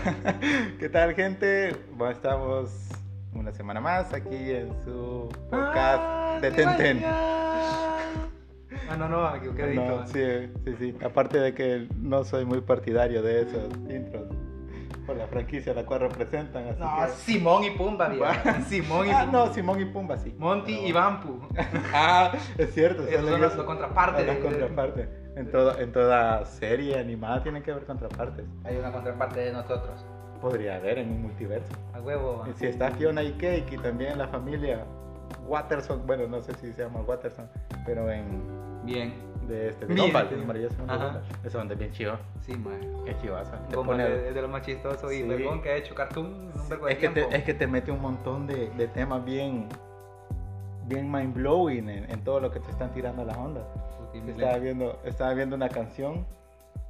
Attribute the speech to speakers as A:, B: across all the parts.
A: ¿Qué tal, gente? Bueno, estamos una semana más aquí en su podcast de Tenten.
B: Ah, no, no, me equivoqué de
A: No,
B: intro.
A: sí, sí, sí. Aparte de que no soy muy partidario de esos intros por la franquicia a la cual representan. Así
B: No,
A: que-
B: Simón y Pumba, viejo. Simón y
A: Ah,
B: Pumba.
A: no, Simón y Pumba, sí.
B: Monty
A: Pero-
B: y Bampu.
A: Ah, es cierto.
B: Esas
A: salen
B: son las
A: esos.
B: dos contrapartes.
A: Las
B: de-
A: contrapartes. En, todo- en toda serie animada tiene que haber contrapartes.
B: Hay una contraparte de nosotros.
A: Podría haber en un multiverso.
B: A huevo.
A: Y Si está Fiona y Cake y también la familia Watterson, bueno, no sé si se llama Watterson, pero en
B: Bien.
A: de este de
B: Mira,
A: Gumball,
B: tío.
A: de maravilloso mundo de
B: Ajá.
A: Gumball. Esa onda es bien chido,
B: Sí, man.
A: es chivaza. Te
B: Bomba
A: pone-
B: es de- es de lo más chistoso y
A: Sí.
B: huevón que ha hecho cartoon en un vergo de
A: es, que te,
B: tiempo.
A: es que te mete un montón de, de temas bien bien mind blowing en, en todo lo que te están tirando las ondas.
B: Putin,
A: Estaba viendo, estaba viendo una canción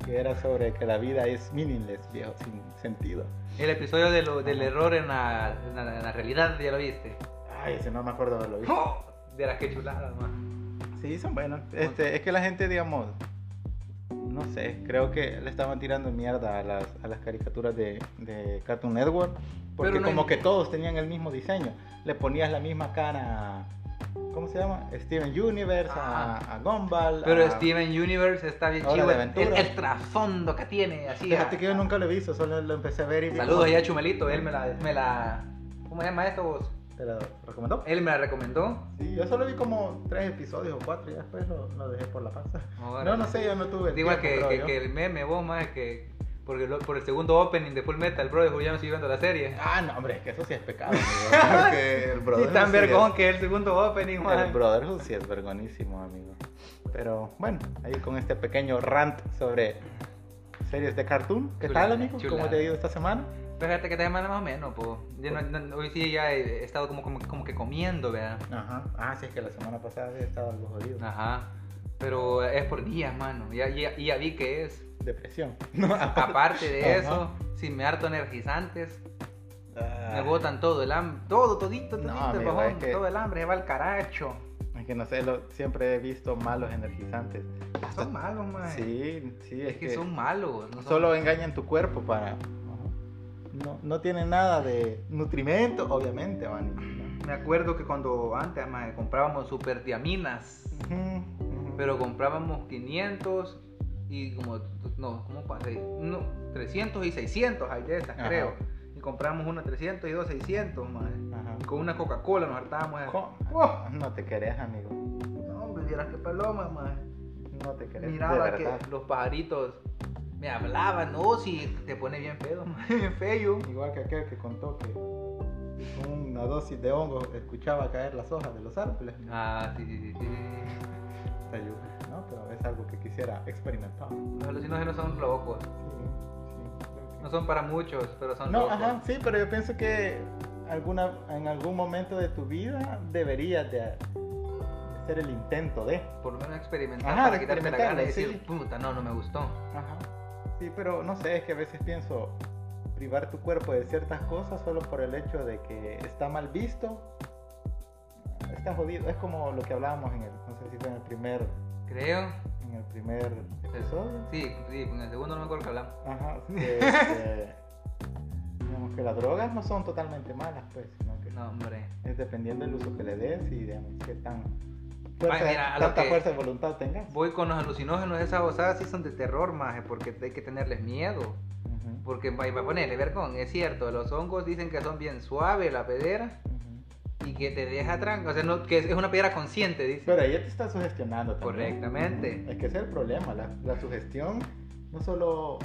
A: que era sobre que la vida es meaningless, viejo, sin sentido.
B: El episodio de lo- del error en la, en la- en la realidad, ya lo viste.
A: Ay, ese no me acuerdo de lo visto.
B: ¡Oh! De las que chuladas, man.
A: Sí, son buenos. Este, es que la gente, digamos, no sé, creo que le estaban tirando mierda a las, a las caricaturas de, de Cartoon Network, porque
B: Pero no
A: como
B: es-
A: que todos tenían el mismo diseño. Le ponías la misma cara a, ¿cómo se llama? Steven Universe, a- a, Gumball.
B: Ah. Pero
A: a-
B: Steven Universe está bien
A: Hora Ah.
B: chido.
A: de
B: El,
A: aventura.
B: el trasfondo que tiene, así.
A: Fíjate
B: a-
A: que yo nunca lo he visto, solo lo empecé a ver y...
B: Saludos ahí a Chumelito, él me la, me la. ¿Cómo se llama esto vos?
A: ¿Te lo recomendó?
B: Él me la recomendó.
A: Sí, yo solo vi como tres episodios o cuatro y después lo, lo dejé por la paz.
B: Ahora,
A: No, no sé, pues, yo no tuve el
B: Igual que,
A: tiempo,
B: que,
A: creo
B: que
A: yo.
B: el meme vos más que porque lo- por el segundo opening de Full Metal, bro, ya no estoy viendo la serie.
A: Ah, no, hombre, es que eso sí es pecado. amigo. Creo que el
B: Sí,
A: brother
B: tan
A: sí
B: vergón que es el segundo opening,
A: es-
B: maje.
A: El Brotherhood sí es vergonísimo, amigo. Pero bueno, ahí con este pequeño rant sobre series de cartoon. ¿Qué
B: Chulada,
A: tal, amigo?
B: chulada.
A: ¿Cómo te ha ido esta semana?
B: Fíjate que te semana más o menos, po. Yo no- no- hoy sí ya he estado como, como, como que comiendo, ¿verdad?
A: Ajá. Ah, sí, es que la semana pasada he estado algo jodido.
B: Ajá. Pero es por días, mano. Ya, ya, ya vi que es.
A: Depresión. No, aparte.
B: Aparte de
A: Ajá.
B: eso, si me harto energizantes, me
A: Ah,
B: botan todo el hambre. Todo, todito,
A: No,
B: todito, el
A: amigo,
B: bajón,
A: es que-
B: todo el hambre, se va al caracho.
A: Es que no sé, lo- siempre he visto malos energizantes.
B: Son malos, man.
A: Sí, sí,
B: es, que, son malos. no son-
A: Solo engañan tu cuerpo para. No, no tiene nada de nutrimento, obviamente, Vani.
B: Me acuerdo que cuando antes mae, comprábamos super diaminas, pero comprábamos 500 y como, no, como pa- seis- no, 300 y 600 hay de esas,
A: Ajá.
B: creo. Y compramos una 300 y dos 600, mae. Con una Coca-Cola nos hartábamos.
A: Co-
B: Oh,
A: Ah, No te querés, amigo.
B: no, hombre, vieras qué paloma, mae.
A: No te querés. de
B: Miraba que
A: verdad.
B: los pajaritos me hablaban, no, si te pone bien pedo, mae, bien feo.
A: Igual que aquel que contó que con una dosis de hongo escuchaba caer las hojas de los árboles.
B: Ah, sí, sí, sí, sí, sí.
A: Te ayuda, ¿no? Pero es algo que quisiera experimentar. Sí,
B: Los alucinógenos son locos.
A: sí, creo que-
B: No son para muchos, pero son
A: No,
B: locos.
A: ajá, sí, pero yo pienso que alguna, en algún momento de tu vida deberías de hacer el intento de.
B: Por lo menos experimentar
A: Ajá,
B: para
A: de
B: quitarte la
A: experimentar,
B: gana y decir,
A: sí.
B: puta, no, no me gustó.
A: Ajá. Sí, pero no sé, es que a veces pienso privar tu cuerpo de ciertas cosas solo por el hecho de que está mal visto. Está jodido, es como lo que hablábamos en el, no sé si fue en el primer,
B: Creo.
A: en el primer episodio.
B: Sí, sí, en el segundo no me acuerdo que hablamos.
A: Ajá, que, que- digamos que las drogas no son totalmente malas, pues, sino que
B: No, hombre.
A: Es dependiendo del uso que le des y digamos qué tan
B: Vaya,
A: fuerza,
B: mira, a lo
A: tanta
B: que-
A: fuerza de voluntad tengas.
B: Voy con los alucinógenos, esas osadas sí son de terror, maje, porque hay que tenerles miedo.
A: Ujú,
B: Porque, va va a ponerle vergón, es cierto, los hongos dicen que son bien suaves la pedera
A: ujú.
B: y que te deja tranca. O sea, no, que es es una piedra consciente, dice.
A: Pero ahí ya te está sugestionando también.
B: Correctamente.
A: Es que ese es el problema, la, la sugestión no solo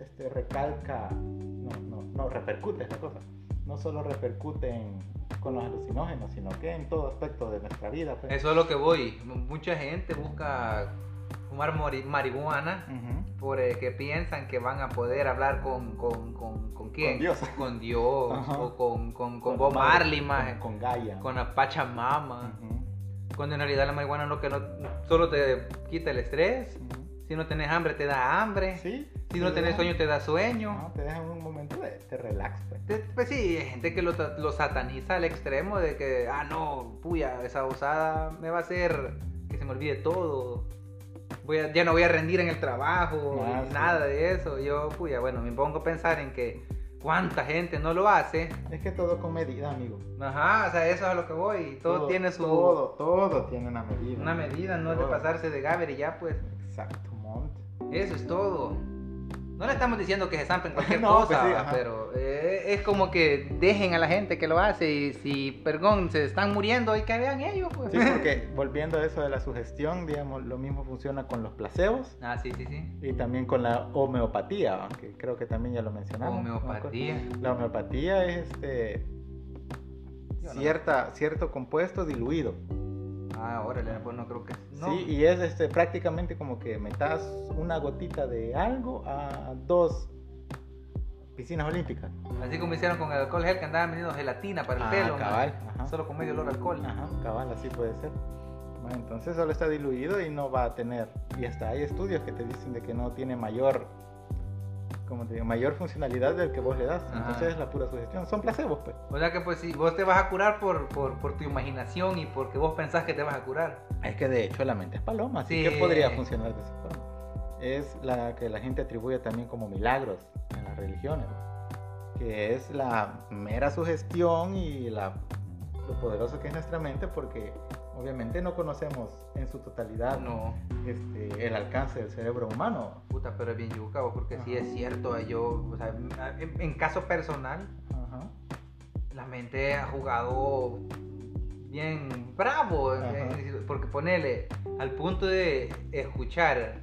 A: este, recalca, no, no, no, repercute esta cosa, no solo repercute en- con los alucinógenos, sino que en todo aspecto de nuestra vida. pues.
B: Eso es lo que voy. M- Mucha gente busca fumar mori- marihuana
A: Ujú.
B: porque piensan que van a poder hablar con, con, con, con quién.
A: Con Dios.
B: Con Dios,
A: Ajá.
B: o con, con, con
A: la
B: Bob
A: madre,
B: Marley, maje,
A: Con, con Gaia.
B: con la Pachamama.
A: Ujú,
B: Cuando en realidad la marihuana lo que no solo te quita el estrés.
A: ujú.
B: Si no tenés hambre, te da hambre.
A: Sí, Ah.
B: Si no
A: te
B: tenés
A: dejan-
B: sueño, te da sueño.
A: Ajá, te dejan un momento de, te relax. pues.
B: Te- Pues sí, hay gente que lo, tra- lo sataniza al extremo de que, ah, no, puya, esa osada me va a hacer que se me olvide todo. Voy a- ya no voy a rendir en el trabajo,
A: Ah,
B: ni
A: sí.
B: nada de eso. Yo, puya, bueno, me pongo a pensar en que ¿Cuánta gente no lo hace?
A: Es que todo con medida, amigo.
B: Ajá, o sea, eso es a lo que voy. Todo, tiene su
A: Todo, todo tiene una medida.
B: una medida, no es de
A: Todo.
B: pasarse de gaber y ya pues.
A: Exacto, monte.
B: Eso es todo. No le estamos diciendo que se zampen cualquier
A: No, pues
B: cosa,
A: sí,
B: va,
A: ajá.
B: pero eh, es como que dejen a la gente que lo hace y si, perdón, se están muriendo y que vean ellos, pues.
A: Sí, porque volviendo a eso de la sugestión, digamos, lo mismo funciona con los placebos
B: Ah, sí, sí, sí.
A: y también con la homeopatía, ¿va? que creo que también ya lo mencionamos.
B: Homeopatía.
A: La homeopatía es este
B: Yo no.
A: cierta, cierto compuesto diluido.
B: Ah, órale, pues no creo que. No.
A: Sí, y es este, prácticamente como que metas una gotita de algo a dos piscinas olímpicas.
B: Así como hicieron con el alcohol gel que andaban vendiendo gelatina para el pelo. ¿no?
A: Ah, Ajá.
B: Solo con medio olor a alcohol.
A: Ajá, cabal, así puede ser. Bueno, entonces solo está diluido y no va a tener. Y hasta hay estudios que te dicen de que no tiene mayor, como te digo, mayor funcionalidad del que vos le das.
B: Ajá.
A: Entonces es la pura sugestión. Son placebos, pues.
B: O sea que pues si vos te vas a curar por, por, por tu imaginación y porque vos pensás que te vas a curar.
A: Es que de hecho la mente es paloma, así
B: Sí.
A: que podría funcionar de esa forma. Es la que la gente atribuye también como milagros en las religiones, que es la mera sugestión y la, lo poderoso que es nuestra mente porque obviamente no conocemos en su totalidad
B: No,
A: este, el alcance del cerebro humano.
B: puta, pero es bien yuca, vos, porque sí
A: Ajá.
B: es cierto. Yo, o sea, en, en caso personal,
A: Ajá.
B: la mente ha jugado bien bravo.
A: Ajá.
B: eh, Porque ponele al punto de escuchar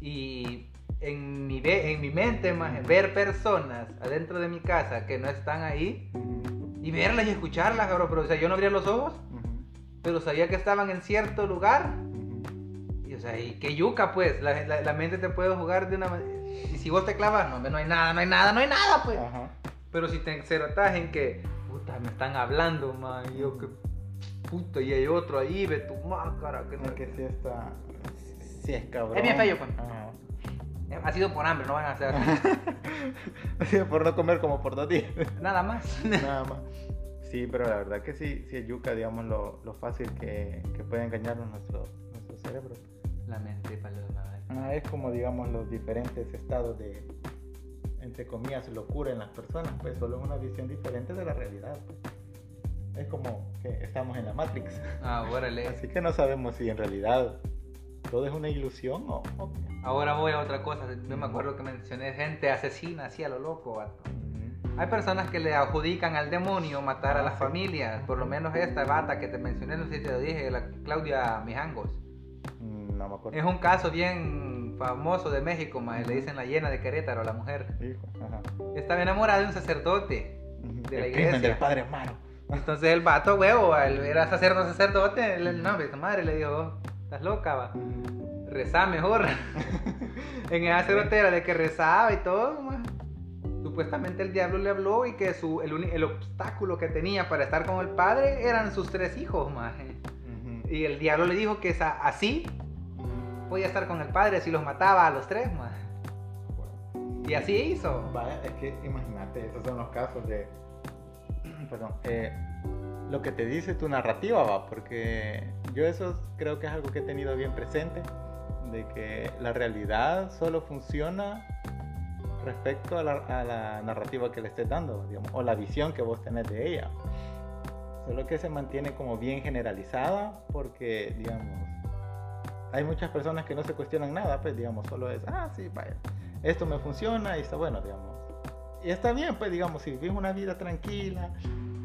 B: y en mi, ve- en mi mente más, ver personas adentro de mi casa que no están ahí
A: Ujú,
B: y verlas y escucharlas, cabrón. Pero o sea, yo no abría los ojos,
A: ujú,
B: pero sabía que estaban en cierto lugar.
A: ujú.
B: Y, o sea, y qué yuca, pues. La, la- la mente te puede jugar de una manera. Y si vos te clavas, no, hombre, no hay nada, no hay nada, no hay nada, pues.
A: Ajá.
B: Pero si te encerotás en que, puta, me están hablando, man. Y yo, que puta, y hay otro ahí, ve tu máscara. Que
A: Es
B: no,
A: que sí está... Sí es cabrón.
B: Es bien feo, pues.
A: Ajá.
B: Eh, Ha sido por hambre, no van a hacer así.
A: Sí, por no comer como por dos días.
B: nada más.
A: Nada más. Sí, pero la verdad que sí, sí es yuca, digamos, lo, lo fácil que, que puede engañarnos nuestro, nuestro cerebro.
B: La mente paloma.
A: Ah, es como, digamos, los diferentes estados de, entre comillas, locura en las personas, pues solo es una visión diferente de la realidad. pues. Es como que estamos en la Matrix.
B: Ah, órale.
A: Así que no sabemos si en realidad todo es una ilusión o... o qué.
B: Ahora voy a otra cosa. Yo me acuerdo que mencioné gente asesina, así a lo loco, vato. Hay personas que le adjudican al demonio matar a
A: Ah,
B: las
A: sí.
B: familias. Por lo menos esta bata que te mencioné, no sé si te lo dije, la Claudia Mijangos.
A: Mm, No me acuerdo.
B: Es un caso bien famoso de México, más le dicen la llena de Querétaro a la mujer.
A: Hijo, ajá.
B: Estaba enamorada de un sacerdote.
A: El
B: la iglesia.
A: crimen del padre hermano.
B: Entonces el vato, huevo, al ver a sacerdote, sacerdote, el nombre de su madre le dijo, "Oh, estás loca, va. Rezá mejor. en esa cerotera de que rezaba y todo, ma. supuestamente el diablo le habló y que su, el, uni- el obstáculo que tenía para estar con el padre eran sus tres hijos, ma. eh.
A: Ujú.
B: Y el diablo le dijo que esa- así podía estar con el padre si los mataba a los tres, ma. Y así hizo.
A: Vaya, es que imagínate, esos son los casos de. Perdón. eh, lo que te dice tu narrativa, va, porque yo eso creo que es algo que he tenido bien presente, de que la realidad solo funciona respecto a la, a la narrativa que le estés dando, digamos, o la visión que vos tenés de ella. Solo que se mantiene como bien generalizada, porque, digamos, hay muchas personas que no se cuestionan nada, pues, digamos, solo es, ah, sí, vaya esto me funciona y está bueno, digamos. Y está bien, pues, digamos, si vivís una vida tranquila,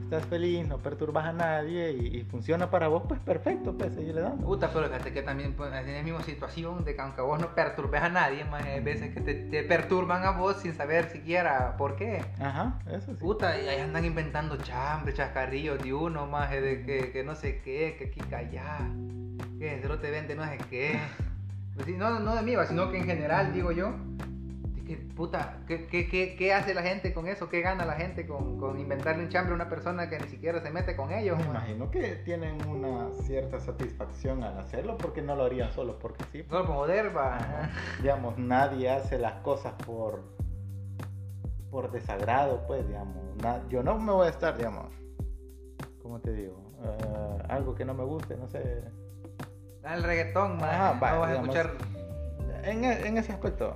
A: estás feliz, no perturbas a nadie y, y funciona para vos, pues perfecto, pues, seguirle dando.
B: Puta, pero fíjate que también pues, en la misma situación de que aunque vos no perturbes a nadie, más hay veces que te, te perturban a vos sin saber siquiera por qué.
A: Ajá, eso sí.
B: Puta, y ahí andan inventando chambres, chascarrillos de uno, más de que, que no sé qué, que aquí que allá, que el cerote vende no sé qué. Pues sí, no, no de mí, va, sino que en general, digo yo, de que, puta, ¿qué, qué, qué, qué hace la gente con eso? ¿Qué gana la gente con, con inventarle un chambre a una persona que ni siquiera se mete con
A: Yo
B: ellos?
A: me
B: ma?
A: imagino que tienen una cierta satisfacción al hacerlo porque no lo harían solo porque sí. pues.
B: Solo por joder, va.
A: Ajá. Digamos, nadie hace las cosas por por desagrado, pues, digamos. Na- yo no me voy a estar, digamos, ¿cómo te digo? Eh, algo que no me guste, no sé,
B: Ah, El reggaetón, más.
A: Ajá, va,
B: no vas a
A: digamos,
B: escuchar.
A: En, e- en ese aspecto,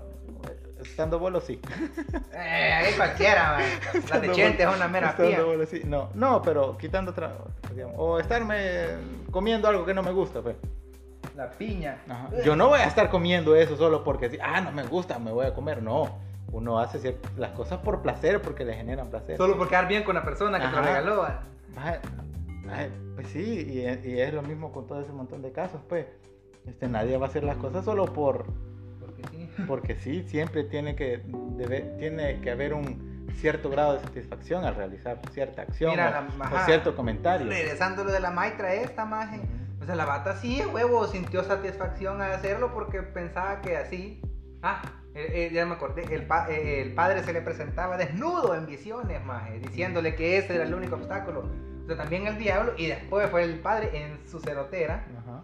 A: Estando bolo sí.
B: Eh, ahí cualquiera, man. La de Chente es una mera
A: Estando
B: pía.
A: bolo sí. No, no, pero quitando tra- digamos, o estarme comiendo algo que no me gusta, pues.
B: La piña. Eh,
A: Ajá. Yo no voy a estar comiendo eso solo porque sí, ah, no me gusta, me voy a comer. No, uno hace cier- las cosas por placer, porque le generan placer.
B: Solo por quedar bien con la persona que te lo
A: Ajá.
B: regaló. va.
A: Ay, ay, pues sí, y, es- y es lo mismo con todo ese montón de casos, pues. Este, nadie va a hacer las cosas solo por,
B: Porque sí.
A: porque sí, siempre tiene que, debe- tiene que haber un cierto grado de satisfacción al realizar cierta acción
B: Mira,
A: o-
B: la-
A: o,
B: ajá.
A: cierto comentario.
B: Regresando lo de la maestra esta, maje.
A: Ujú.
B: O sea, la bata sí, a huevo, sintió satisfacción al hacerlo porque pensaba que así. Ah, eh, eh, ya me acordé. El, pa- eh, el padre se le presentaba desnudo en visiones, maje, diciéndole que ese era el único obstáculo. O sea, también el diablo y después fue el padre en su cerotera.
A: Ajá.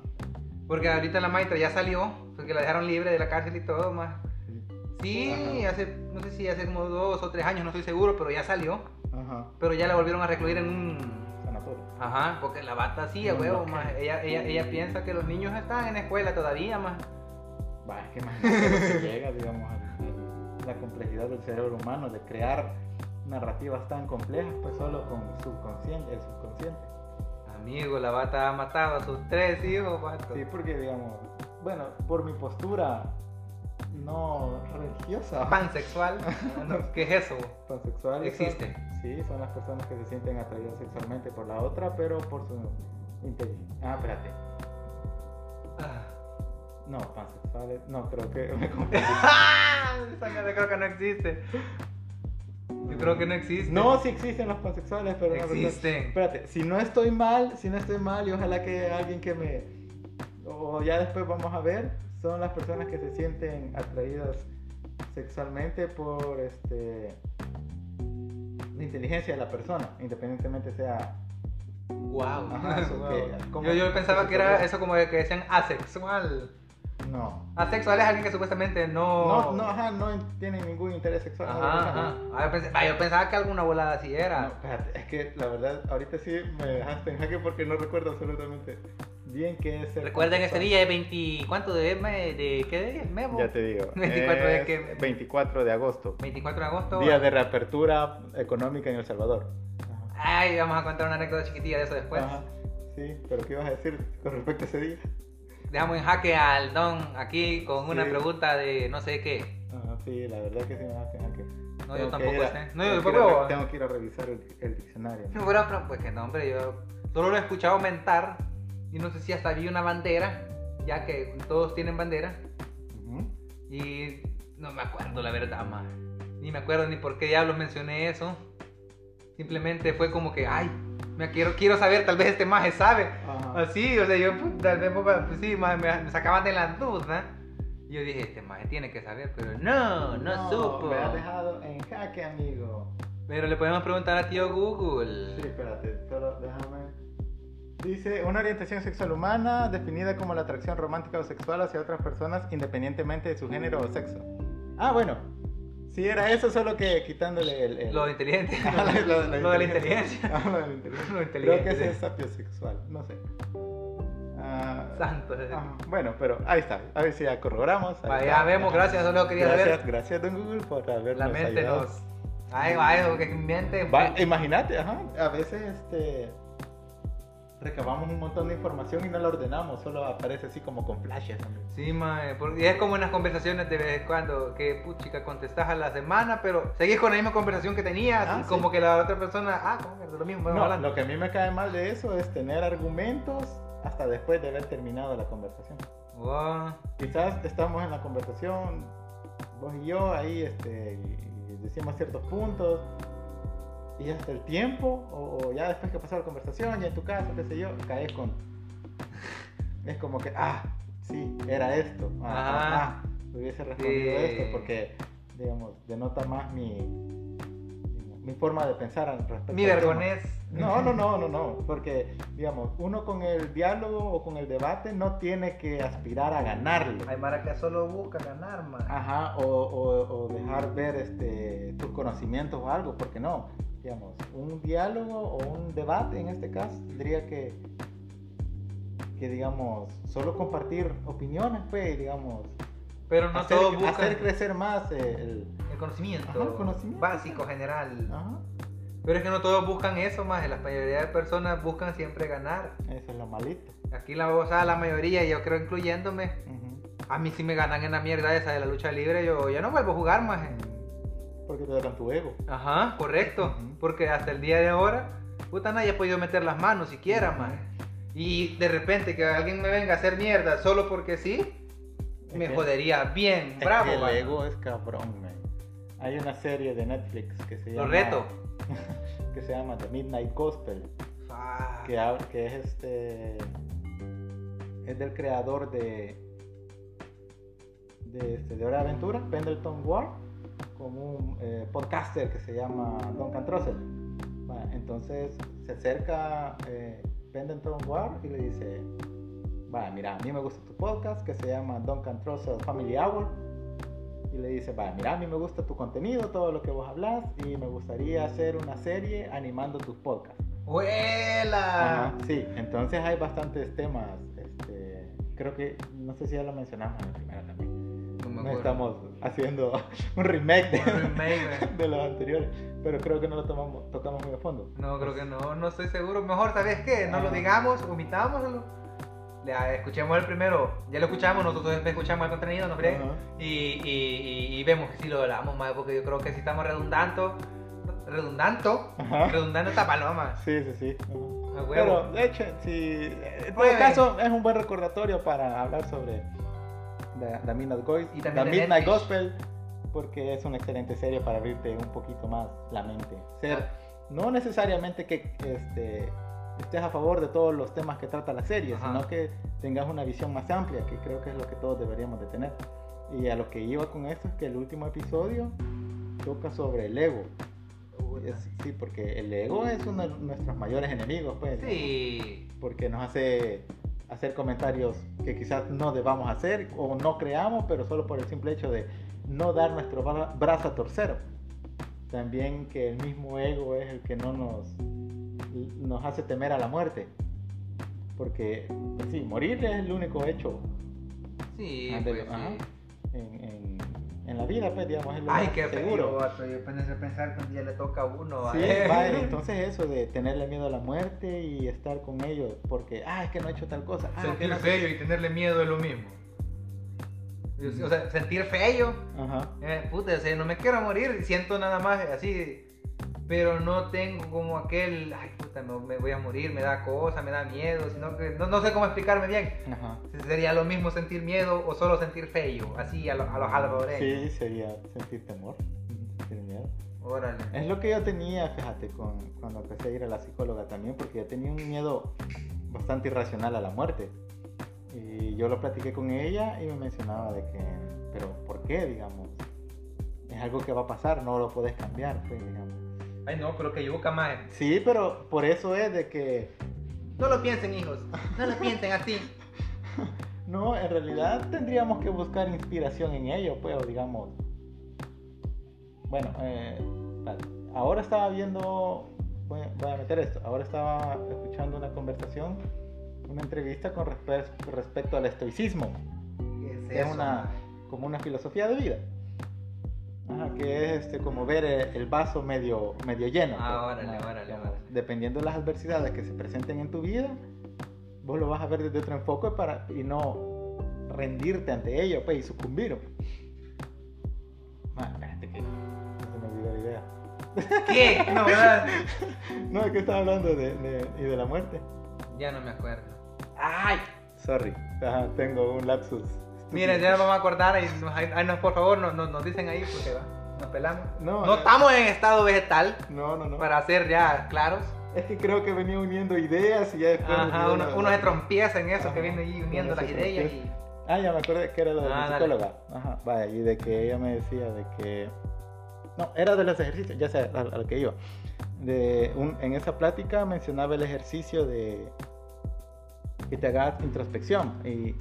B: Porque ahorita la maestra ya salió, porque la dejaron libre de la cárcel y todo, más. Sí,
A: Ajá.
B: hace, no sé si hace como dos o tres años, no estoy seguro, pero ya salió.
A: Ajá.
B: Pero ya la volvieron a recluir en un...
A: Sanatorio.
B: Ajá, porque la bata sí, a
A: No,
B: huevo,
A: no, ¿qué?
B: más. Ella, ella, ella piensa que los niños están en la escuela todavía, más.
A: Va, es que más se llega, digamos, a la complejidad del cerebro humano de crear narrativas tan complejas, pues solo con subconsciente, el subconsciente.
B: Amigo, la bata ha matado a sus tres hijos, vato.
A: Sí, porque digamos, bueno, por mi postura no religiosa,
B: Pansexual. No, ¿Qué es eso?
A: pansexual,
B: Existe.
A: son- sí, son las personas que se sienten atraídas sexualmente por la otra, pero por su inteligencia. Ah, espérate.
B: Ah.
A: No, pansexuales, no, creo que me confundí.
B: Esa mierda creo que no existe. Yo creo que no existe.
A: No, sí existen los pansexuales, pero no recuerdo-
B: Existen.
A: Espérate, si no estoy mal, si no estoy mal, y ojalá que alguien que me. O ya después vamos a ver, son las personas que se sienten atraídas sexualmente por este. La inteligencia de la persona, independientemente sea.
B: Wow.
A: Ajá, eso que- ¿cómo?
B: yo, yo pensaba
A: Eso
B: que era
A: que-
B: eso como de que decían asexual.
A: No.
B: Asexual es alguien que supuestamente no.
A: No, no, ajá, no tienen ningún interés sexual.
B: Oh. Ajá, ajá. Ah, yo, pensé- ah, yo pensaba que alguna volada así
A: No,
B: era.
A: espérate, es que la verdad, ahorita sí me dejaste en jaque porque no recuerdo absolutamente bien qué es el.
B: Recuerden este día de 20. ¿Cuánto de, me- de qué de Memo?
A: Ya te digo.
B: 24 de
A: es
B: qué?
A: 24 de agosto.
B: 24 de agosto.
A: Día de reapertura económica en El Salvador.
B: Ay, vamos a contar una anécdota chiquitilla de eso después.
A: Ajá. Sí, pero ¿qué ibas a decir con respecto a ese día?
B: Dejamos en jaque al Don aquí con una
A: Sí.
B: pregunta de no sé qué.
A: Ah, sí, la verdad que sí me dejaste en jaque.
B: No,
A: Tengo
B: yo
A: que
B: tampoco
A: ir a-
B: sé. No, yo
A: tengo que ir a-
B: tampoco.
A: Tengo que ir a revisar el, el diccionario.
B: No, bueno, pero, pues que no, hombre, yo solo lo he escuchado aumentar y no sé si hasta vi una bandera, ya que todos tienen bandera.
A: Ujú.
B: Y no me acuerdo, la verdad, más. Ni me acuerdo ni por qué diablos mencioné eso. Simplemente fue como que, ay, me quiero, quiero saber, tal vez este maje sabe.
A: Ajá.
B: Así, o sea, yo pues, tal vez pues, sí, maje, me, me sacaban de las dudas. Y Yo dije, este maje tiene que saber, pero no, no, supo.
A: Me has dejado en jaque, amigo.
B: Pero le podemos preguntar a tío Google.
A: Sí, espérate, solo déjame. Dice, una orientación sexual humana definida como la atracción romántica o sexual hacia otras personas independientemente de su género o sexo. Ah, bueno. Sí, era eso, solo que quitándole el... el-
B: Lo inteligente.
A: Ah, lo- lo- lo
B: Lo de la inteligencia.
A: Ah, lo de la inteligencia.
B: Lo
A: Creo que
B: inteligente.
A: ese es sapiosexual, no sé. Ah,
B: Santo.
A: ah, bueno, pero ahí está. A ver si ya corroboramos. ahí
B: Vaya,
A: está.
B: vemos, gracias, solo quería
A: Gracias,
B: saber.
A: gracias, don Google, por habernos
B: La mente
A: ayudado.
B: nos. Ay, vaya, porque miente.
A: Va, imagínate, ajá, a veces este recabamos un montón de información y no la ordenamos, solo aparece así como con flashes. hombre.
B: Sí, mae, porque eh, es como en las conversaciones de vez en cuando, que puchica, contestás a la semana, pero seguís con la misma conversación que tenías,
A: Ah,
B: y
A: sí.
B: como que la otra persona, ah, como que es lo mismo, vamos
A: No,
B: hablando.
A: lo que a mí me cae mal de eso es tener argumentos hasta después de haber terminado la conversación.
B: Wow.
A: Ah, Quizás estamos en la conversación, vos y yo, ahí este, y- y decimos ciertos puntos y hasta el tiempo, o, o ya después que pasó la conversación, ya en tu casa, qué sé yo, caes con. Es como que, ah, sí, era esto, ah,
B: Ajá.
A: ah, ah, hubiese respondido
B: Sí.
A: esto, porque, digamos, denota más mi, mi forma de pensar al respecto.
B: Mi
A: al tema.
B: vergonés.
A: No, no, no, no, no, porque, digamos, uno con el diálogo o con el debate no tiene que aspirar a ganarlo.
B: Ay, Mara, que solo busca ganar, mae.
A: Ajá, o, o- o dejar ver este, tus conocimientos o algo, porque no, digamos, un diálogo o un debate en este caso tendría que, que digamos, solo compartir opiniones, pues, y, digamos,
B: Pero no
A: hacer,
B: todos buscan
A: hacer crecer más eh, el...
B: el conocimiento,
A: Ajá, el conocimiento. Ah.
B: básico, general.
A: Ajá,
B: Pero es que no todos buscan eso, más. La mayoría de personas buscan siempre ganar.
A: eso es lo malito.
B: Aquí la, o sea, la mayoría, yo creo incluyéndome,
A: Ujú.
B: a mí si me ganan en la mierda esa de la lucha libre, yo ya no vuelvo a jugar más.
A: Porque te dan tu ego.
B: Ajá, correcto.
A: Ujú.
B: Porque hasta el día de ahora, puta, nadie ha podido meter las manos siquiera, más. Y de repente que alguien me venga a hacer mierda solo porque sí, me
A: Es que-
B: jodería bien,
A: es
B: bravo.
A: que el
B: man.
A: ego es cabrón, man. Hay una serie de Netflix que se llama...
B: Lo reto.
A: Que se llama The Midnight Gospel.
B: Ah,
A: que, hab- que es este es del creador de de, este, de Hora de Aventura, Pendleton Ward, con un eh, podcaster que se llama Duncan Trussell. Va, entonces se acerca eh, Pendleton Ward y le dice, va, mira, a mí me gusta tu podcast que se llama Duncan Trussell Family Hour. Y le dice, va, mira, a mí me gusta tu contenido, todo lo que vos hablas y me gustaría hacer una serie animando tus podcasts.
B: ¡Huela!
A: Ajá,
B: Ah.
A: sí, entonces hay bastantes temas. Este, creo que, no sé si ya lo mencionamos en la primera también.
B: No me
A: No
B: acuerdo.
A: estamos haciendo un remake
B: Un
A: de,
B: remake, man.
A: de los anteriores, pero creo que no lo tomamos, tocamos muy a fondo.
B: No, creo que no, no estoy seguro. Mejor, ¿sabes qué? No lo
A: Ajá.
B: digamos, omitámoslo. Ya, escuchemos el primero. Ya lo escuchamos, nosotros después escuchamos el contenido, no freguen.
A: Ajá.
B: y, y- y- y vemos si lo hablamos más, porque yo creo que si estamos redundando, redundando,
A: Ajá.
B: redundando esta paloma.
A: Sí, sí, sí. ajá.
B: A huevo.
A: Pero, de hecho, si, en todo
B: Prueben.
A: caso, es un buen recordatorio para hablar sobre The, The Midnight, Gois-
B: Y también
A: The
B: de
A: Midnight
B: Netflix.
A: Gospel, porque es una excelente serie para abrirte un poquito más la mente. Ser- no necesariamente que este, estés a favor de todos los temas que trata la serie,
B: Ajá.
A: sino que tengas una visión más amplia, que creo que es lo que todos deberíamos de tener. Y a lo que iba con esto es que el último episodio toca sobre el ego. Es- sí, porque el ego es uno de nuestros mayores enemigos, pues.
B: Sí.
A: Porque nos hace hacer comentarios que quizás no debamos hacer o no creamos, pero solo por el simple hecho de no dar nuestro bra- brazo a torcer. También que el mismo ego es el que no nos, nos hace temer a la muerte. Porque, pues sí, morir es el único hecho
B: Sí,
A: Ah,
B: pues
A: pero- ajá.
B: sí.
A: en, en- en la vida, pues, digamos, es lo
B: Ay,
A: más
B: qué
A: seguro.
B: seguro. vato. Yo pensé pensar que un día le toca a uno.
A: Sí,
B: ¿eh?
A: madre, entonces eso de tenerle miedo a la muerte y estar con ellos porque, ah, es que no he hecho tal cosa. Ah,
B: sentir
A: no sé".
B: feo y tenerle miedo es lo mismo. Yo- O sea, sentir feo,
A: Ajá.
B: eh, puta, o sea, no me quiero morir, siento nada más así, pero no tengo como aquel, ay puta, no me voy a morir, me da cosa, me da miedo, sino que no, no sé cómo explicarme bien.
A: Ajá.
B: Sería lo mismo sentir miedo o solo sentir feo, así a, lo- a los salvadoreños.
A: Sí, sería sentir temor, sentir miedo.
B: Órale.
A: Es lo que yo tenía, fíjate, con, cuando empecé a ir a la psicóloga también, porque yo tenía un miedo bastante irracional a la muerte. Y yo lo platiqué con ella y me mencionaba de que, pero ¿por qué, digamos? Es algo que va a pasar, no lo puedes cambiar, pues, digamos.
B: Ay no, pero que yuca más.
A: Sí, pero por eso es de que
B: No lo piensen hijos, no lo piensen así.
A: No, en realidad tendríamos que buscar inspiración en ello, pues, o digamos. Bueno, eh, vale. ahora estaba viendo, voy a, voy a meter esto, ahora estaba escuchando una conversación, una entrevista con respe- respecto al estoicismo,
B: ¿Qué es
A: que es
B: eso,
A: una,
B: man?
A: como una filosofía de vida, Ajá, que es este, como ver el, el vaso medio, medio lleno.
B: Ah,
A: pues,
B: órale,
A: ajá,
B: órale,
A: digamos,
B: órale.
A: Dependiendo de las adversidades que se presenten en tu vida, vos lo vas a ver desde otro enfoque para, y no rendirte ante ello pues, y sucumbir. Ah, espérate que se me olvidó la idea.
B: ¿Qué? No, ¿verdad?
A: No, es que estaba hablando de, de- y de la muerte.
B: Ya no me acuerdo. ¡Ay!
A: Sorry, Ajá, tengo un lapsus.
B: Mira, ya nos vamos a acordar. Ahí, nos- ahí nos- por favor, nos, nos- nos dicen ahí porque va, nos pelamos.
A: No,
B: no
A: eh.
B: estamos en estado vegetal,
A: No, no, no.
B: para ser ya claros.
A: Es que creo que venía uniendo ideas y ya después. me
B: Ajá,
A: olvidé
B: uno,
A: la-
B: uno se trompieza en eso
A: Ajá.
B: que viene ahí
A: Uno
B: uniendo
A: se
B: las ideas y.
A: trompieza. Ah, ya me acordé que era lo de
B: Ah,
A: la
B: dale.
A: psicóloga. Ajá, vaya, y de que ella me decía de que. No, era de los ejercicios, ya sé al, al que iba. De un- en esa plática mencionaba el ejercicio de que te hagas introspección y,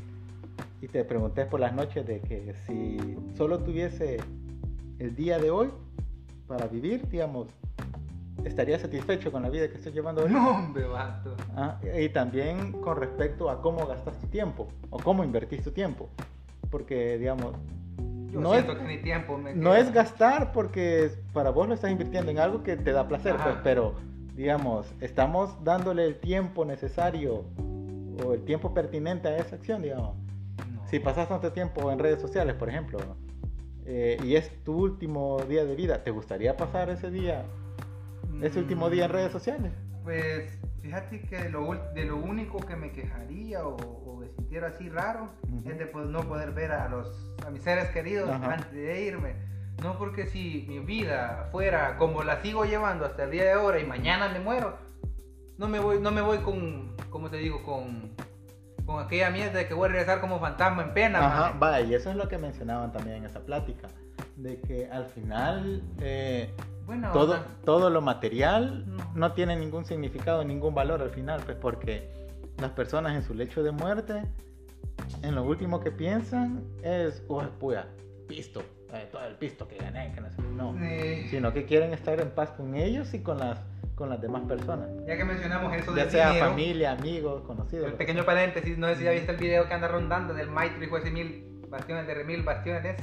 A: y te preguntes por las noches de que si solo tuviese el día de hoy para vivir, digamos, estaría satisfecho con la vida que estoy llevando hoy.
B: No, hombre, vato.
A: Ah, y también con respecto a cómo gastas tu tiempo o cómo invertís tu tiempo. Porque, digamos,
B: Yo
A: No
B: siento
A: es-
B: que ni tiempo me
A: No
B: queda.
A: es gastar porque para vos lo estás invirtiendo en algo que te da placer,
B: Ajá.
A: pues, pero digamos, estamos dándole el tiempo necesario o el tiempo pertinente a esa acción, digamos.
B: No.
A: Si pasas tanto tiempo en redes sociales, por ejemplo, eh, y es tu último día de vida, ¿te gustaría pasar ese día, ese
B: Mm.
A: último día en redes sociales?
B: Pues fíjate que lo, ul- de lo único que me quejaría o, o me sintiera así raro
A: Ujú.
B: es de pues, no poder ver a, los, a mis seres queridos
A: Ajá.
B: antes de irme. No porque si mi vida fuera como la sigo llevando hasta el día de ahora y mañana me muero, no me voy, no me voy con, como te digo, con, con aquella mierda de que voy a regresar como fantasma en pena.
A: Ajá,
B: maje.
A: va, y eso es lo que mencionaban también en esa plática, de que al final eh,
B: Bueno,
A: todo,
B: o sea,
A: todo lo material
B: No.
A: no tiene ningún significado, ningún valor al final, pues porque las personas en su lecho de muerte, en lo último que piensan es, oh, puya, pisto, eh, todo el pisto que gané, que no sé, no,
B: eh,
A: sino que quieren estar en paz con ellos y con las, con las demás personas,
B: ya que mencionamos eso
A: ya
B: de
A: sea familia, amigos, conocidos.
B: El pequeño paréntesis, no sé si ya viste el video que anda rondando del maestro hijo de mil bastiones de mil bastiones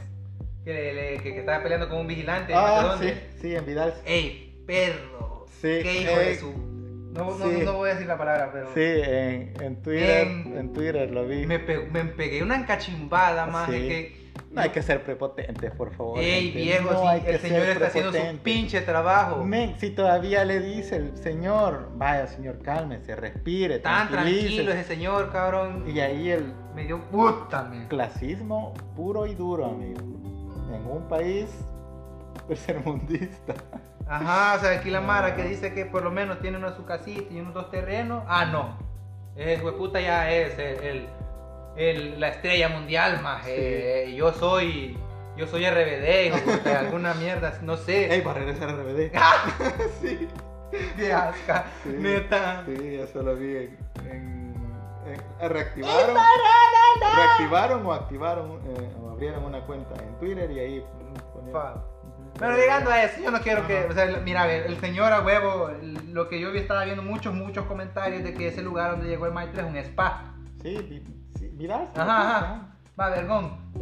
B: que, le- le- que, que estaba peleando con un vigilante. no sé
A: Ah, sí,
B: dónde.
A: sí, en Vidal.
B: ¡Ey, perro!
A: Sí,
B: ¡Qué hijo
A: ey.
B: de su! No, no-
A: Sí.
B: no voy a decir la palabra, pero.
A: Sí, en, en Twitter,
B: En-
A: en Twitter lo vi.
B: Me, pe- me pegué una encachimbada, más
A: Sí.
B: que.
A: No hay que ser prepotentes, por favor.
B: ¡Ey,
A: gente.
B: viejo!
A: No
B: sí,
A: hay que
B: el señor
A: ser
B: está haciendo su
A: prepotentes.
B: pinche trabajo.
A: Men, si todavía le dice el señor, vaya señor, cálmese, respire,
B: Tan tranquilo
A: tranquilícese.
B: ese señor, cabrón.
A: Y ahí el
B: Me dio puta, me.
A: clasismo puro y duro, amigo. En un país tercermundista.
B: Ajá, o sea, aquí la
A: No.
B: Mara que dice que por lo menos tiene una su casita y unos dos terrenos. Ah, no. Ese hueputa ya es el, el- el- la estrella mundial, más. eh,
A: Sí.
B: yo soy. Yo soy RBD, hijueputa, alguna mierda, no sé.
A: Ey, va a regresar a RBD.
B: Ah.
A: sí,
B: ¡Qué asca!
A: Sí.
B: Neta.
A: sí, ya se lo vi en. en- en- eh, reactivaron. Reactivaron o activaron eh, o abrieron una cuenta en Twitter y ahí ponían-
B: Fa. Pero llegando a eso, yo no quiero que.
A: Ajá.
B: O sea, mira, a ver, el señor a huevo, lo que yo vi estaba viendo muchos, muchos comentarios de que ese lugar donde llegó el maestro es un spa.
A: Sí, vi- sí, mirás.
B: Ajá, ajá. Va, vergón. Eh,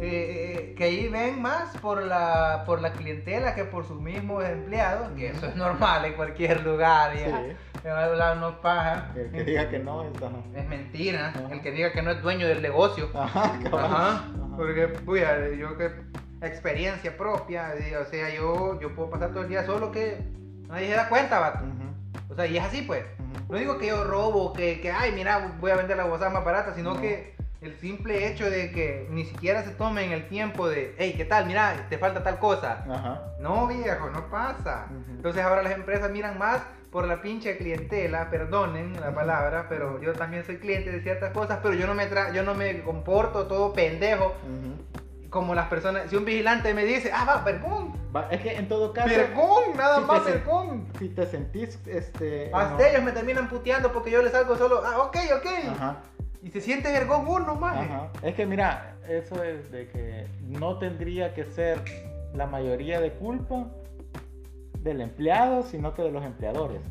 B: eh, que ahí ven más por la, por la clientela que por sus mismos empleados, que eso es normal en cualquier lugar. Ya.
A: Sí.
B: Me va a hablar no paja.
A: El que diga que no es. Ajá.
B: Es mentira.
A: Ajá.
B: El que diga que no es dueño del negocio.
A: Ajá, cabal.
B: Eh. Ajá.
A: Ajá.
B: Porque, puya, yo que experiencia propia, eh, o sea, yo, yo puedo pasar todo el día solo que nadie se da cuenta, vato.
A: Ujú,
B: O sea, y es así, pues.
A: ujú.
B: No digo que yo robo, que, que, ay, mira, voy a vender la bolsa más barata, sino
A: No.
B: que el simple hecho de que ni siquiera se tomen el tiempo de, hey, ¿qué tal? Mira, te falta tal cosa.
A: Ajá.
B: No, viejo, no pasa.
A: Ujú.
B: Entonces ahora las empresas miran más por la pinche clientela, perdonen la palabra, pero yo también soy cliente de ciertas cosas, pero yo no me, tra- yo no me comporto todo pendejo
A: Ujú.
B: como las personas. Si un vigilante me dice, ah, va, vergón,
A: Va, es que en todo caso,
B: vergón, nada
A: Sí, sí,
B: más,
A: sí.
B: vergón.
A: si te sentís este.
B: Hasta
A: eno-
B: ellos me terminan puteando porque yo les salgo solo, ah, ok, ok.
A: Ajá,
B: Y se siente vergón uno, maje.
A: ajá. Es que mira, eso es de que no tendría que ser la mayoría de culpa del empleado, sino que de los empleadores.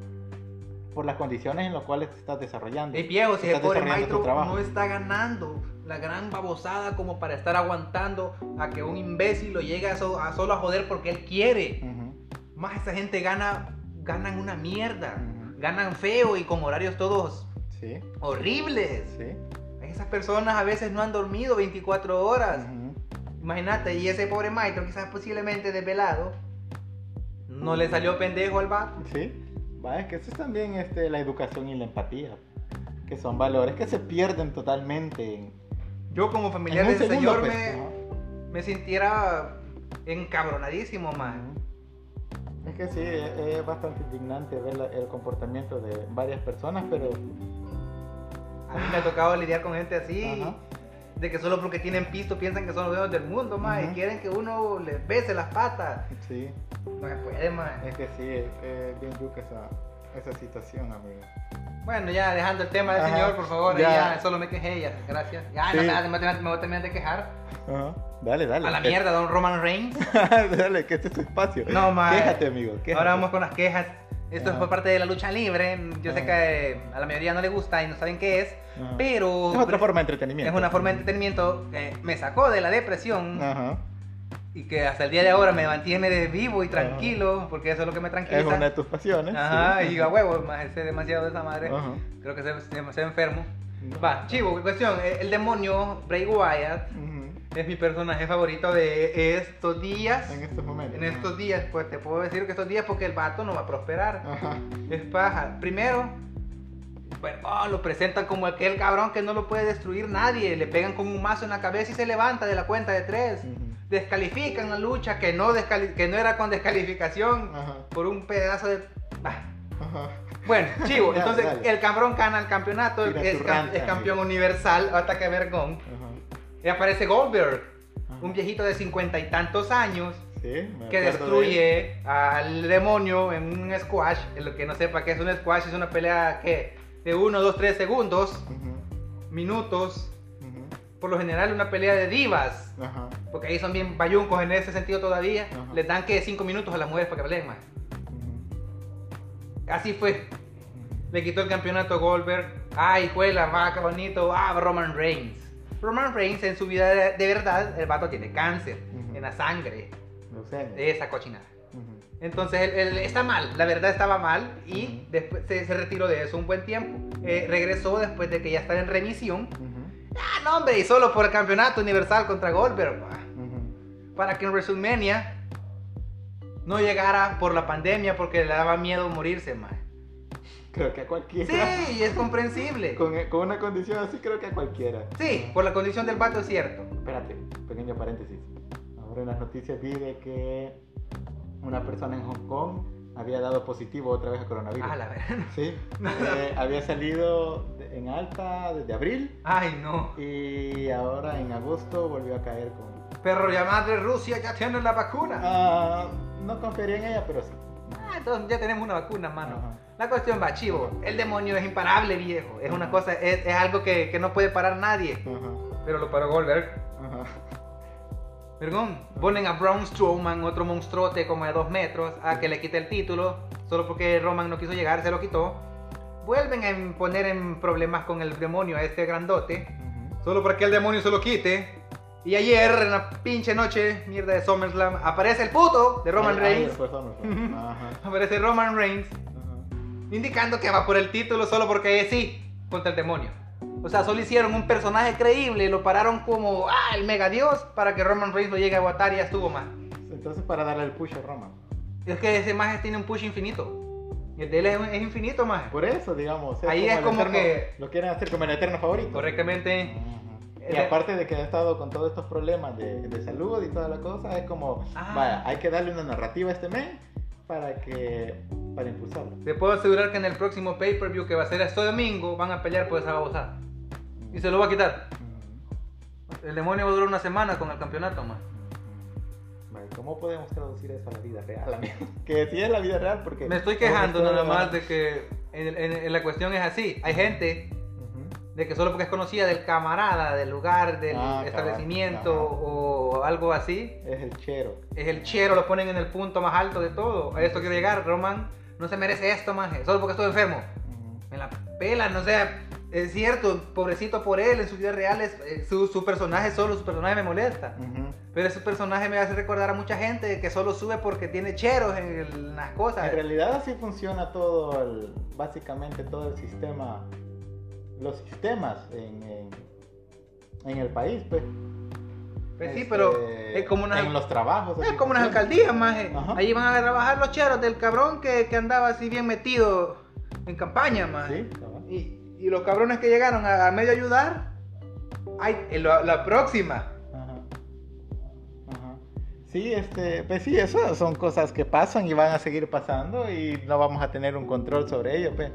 A: ¿no? Por las condiciones en las cuales te estás desarrollando.
B: El viejo, si el
A: Estás
B: pobre
A: desarrollando tu
B: maestro
A: trabajo.
B: no está ganando la gran babosada como para estar aguantando a que un imbécil lo llegue a, so- a solo a joder porque él quiere.
A: Ujú,
B: Más esa gente gana, ganan una mierda.
A: Ujú.
B: Ganan feo y con horarios todos
A: Sí,
B: horribles.
A: sí.
B: Esas personas a veces no han dormido 24 horas.
A: ujú.
B: Imagínate, y ese pobre maestro, quizás posiblemente desvelado, no le salió pendejo al vato.
A: Sí, va, es que eso es también este, la educación y la empatía, que son valores que se pierden totalmente. En,
B: Yo como
A: en
B: familiar
A: un
B: de ese
A: segundo,
B: señor
A: pues,
B: me,
A: ¿no?
B: me sintiera encabronadísimo, man.
A: Es que sí, es, es bastante indignante ver la- el comportamiento de varias personas, pero...
B: A mí me ha tocado lidiar con gente así,
A: Ajá.
B: de que solo porque tienen pisto piensan que son los dueños del mundo, man,
A: Ujú.
B: y quieren que uno les bese las patas.
A: Sí,
B: No se puede, man.
A: es que sí, es, es bien yuca esa, esa situación, amigo.
B: Bueno, ya dejando el tema del
A: Ajá,
B: señor, por favor,
A: ya.
B: ya. solo me quejé, ya, gracias. Ya, no,
A: Sí.
B: espérate, me, voy a terminar- me voy a terminar de quejar.
A: Ajá. Dale, dale.
B: A la mierda, don Roman Reigns.
A: dale, que este es tu espacio.
B: No, ma.
A: Quéjate, amigo. quéjate.
B: Ahora vamos con las quejas. Esto
A: Ajá.
B: fue parte de la lucha libre. Yo sé
A: Ajá.
B: que eh, a la mayoría no le gusta y no saben qué es,
A: Ajá.
B: pero...
A: Es otra forma de entretenimiento.
B: Es una forma de entretenimiento que me sacó de la depresión
A: Ajá.
B: y que hasta el día de ahora me mantiene de vivo y tranquilo, porque eso es lo que me tranquiliza.
A: Es una de tus pasiones.
B: Ajá,
A: sí.
B: y digo, a huevo, más sé demasiado de esa madre.
A: Ajá.
B: Creo que se, se, se enfermo. Va, chivo, cuestión. eh, El, el demonio Bray Wyatt
A: Ujú.
B: es mi personaje favorito de estos días.
A: En este estos momentos.
B: En estos días, pues te puedo decir que estos días porque el vato no va a prosperar.
A: Ajá.
B: Es paja. Primero, bueno, oh, lo presentan como aquel cabrón que no lo puede destruir nadie. Le pegan con un mazo en la cabeza y se levanta de la cuenta de tres.
A: Ujú.
B: Descalifican la lucha que no, descali- que no era con descalificación
A: Ajá.
B: por un pedazo de... Ah.
A: Ajá.
B: Bueno, chivo,
A: Dale,
B: entonces
A: dale.
B: el campeón gana el campeonato,
A: Tira
B: es,
A: tu
B: cam-
A: rant,
B: es campeón
A: amigo.
B: universal, ataque vergón.
A: Ajá.
B: Y aparece Goldberg,
A: Ajá.
B: un viejito de cincuenta y tantos años
A: Sí, Ah. me
B: que
A: acuerdo de él.
B: destruye al demonio en un squash. En lo que no sepa qué es un squash, es una pelea que de 1, 2, 3 segundos,
A: Ujú.
B: minutos.
A: Ujú.
B: Por lo general, una pelea de divas,
A: Ajá.
B: porque ahí son bien bayuncos en ese sentido todavía.
A: Ajá.
B: Les dan que 5 minutos a las mujeres para que peleen más.
A: Ujú.
B: Así fue. Le quitó el campeonato a Goldberg. Ay, juela, va, qué bonito. Ah, Roman Reigns. Roman Reigns en su vida de, de verdad, el vato tiene cáncer
A: Ujú.
B: en la sangre.
A: Leucemia.
B: Esa cochinada.
A: Eh. Ujú.
B: Entonces él, él está mal, la verdad estaba mal y después se, se retiró de eso un buen tiempo. Eh, regresó después de que ya estaba en remisión.
A: Ujú.
B: Ah, no, hombre, y solo por el campeonato universal contra Goldberg. ah,
A: Ujú.
B: Para que en WrestleMania no llegara por la pandemia porque le daba miedo morirse, más.
A: Creo que a cualquiera.
B: Sí, y es comprensible.
A: Con, eh, con una condición así, creo que a cualquiera.
B: Sí, por la condición del vato es cierto.
A: Espérate, pequeño paréntesis. Ahora en las noticias vi de que una persona en Hong Kong había dado positivo otra vez a coronavirus.
B: A Ah, la verga.
A: Sí, eh, había salido de- en alta desde abril
B: Ay, no.
A: y ahora en agosto volvió a caer con...
B: Perro ya madre Rusia ya tiene la vacuna.
A: Ah, no confiaría en ella, pero sí.
B: Ah, entonces ya tenemos una vacuna, mano.
A: Ajá.
B: La cuestión va, chivo. El demonio es imparable, viejo. Es una cosa, es, es algo que, que no puede parar nadie.
A: Ajá,
B: Pero lo paró Goldberg.
A: ajá.
B: Vergón. Ponen a Braun Strowman, otro monstruote como de dos metros, a que le quite el título. Solo porque Roman no quiso llegar, se lo quitó. Vuelven a poner en problemas con el demonio a este grandote.
A: Ujú.
B: Solo para que el demonio se lo quite. Y ayer, en la pinche noche, mierda de SummerSlam, aparece el puto de Roman
A: Ay, ay,
B: Reigns.
A: fue SummerSlam. Ajá,
B: Aparece Roman Reigns,
A: ajá.
B: indicando que va por el título solo porque eh, sí, contra el demonio. O sea, solo hicieron un personaje creíble, lo pararon como, ah, el mega dios, para que Roman Reigns lo llegue a aguantar y ya estuvo más.
A: Entonces para darle el push a Roman.
B: Es que ese maje tiene un push infinito. El de él es, es infinito, maje.
A: Por eso, digamos.
B: Ahí es
A: el
B: como
A: eterno-
B: que-
A: Lo quieren hacer como el eterno favorito.
B: Correctamente.
A: Y aparte de que ha estado con todos estos problemas de, de salud y toda la cosa, es como,
B: Ah.
A: vaya, hay que darle una narrativa a este men para que, para impulsarlo.
B: Te puedo asegurar que en el próximo pay-per-view que va a ser este domingo, van a pelear por esa babosada. Y se lo va a quitar. El demonio va a durar una semana con el campeonato, más.
A: Vale, ¿Cómo podemos traducir eso a la vida real, amigo? Que sí es la vida real porque...
B: Me estoy quejando nada más de que en- en- en la cuestión es así. Hay gente
A: Ujú.
B: de que solo porque es conocida del camarada, del lugar, del
A: Ah, cabal,
B: establecimiento
A: ajá.
B: o algo así,
A: Es el chero.
B: es el chero, lo ponen en el punto más alto de todo. A esto quiero llegar, Roman. No se merece esto, manje. Solo porque estoy enfermo.
A: Ujú.
B: Me la pela, no sea. Es cierto, pobrecito por él, en su vida real, es- eh, su, su personaje solo, su personaje me molesta.
A: Ujú.
B: Pero ese personaje me hace recordar a mucha gente que solo sube porque tiene cheros en, el- las cosas.
A: En realidad así funciona todo el, básicamente todo el sistema, los sistemas en, en, en el país, pues.
B: Pues sí,
A: Este,
B: pero es como una...
A: En los trabajos.
B: Es
A: así
B: como unas
A: funciona.
B: alcaldías, maje.
A: Ajá.
B: Ahí van a trabajar los cheros del cabrón que, que andaba así bien metido en campaña, maje.
A: Sí, cabal.
B: Y, y los cabrones que llegaron a, a medio ayudar, ay, eh, la, la próxima.
A: Ajá. Ajá. Sí, este, pues sí, eso son cosas que pasan y van a seguir pasando y no vamos a tener un control sobre ello, pues.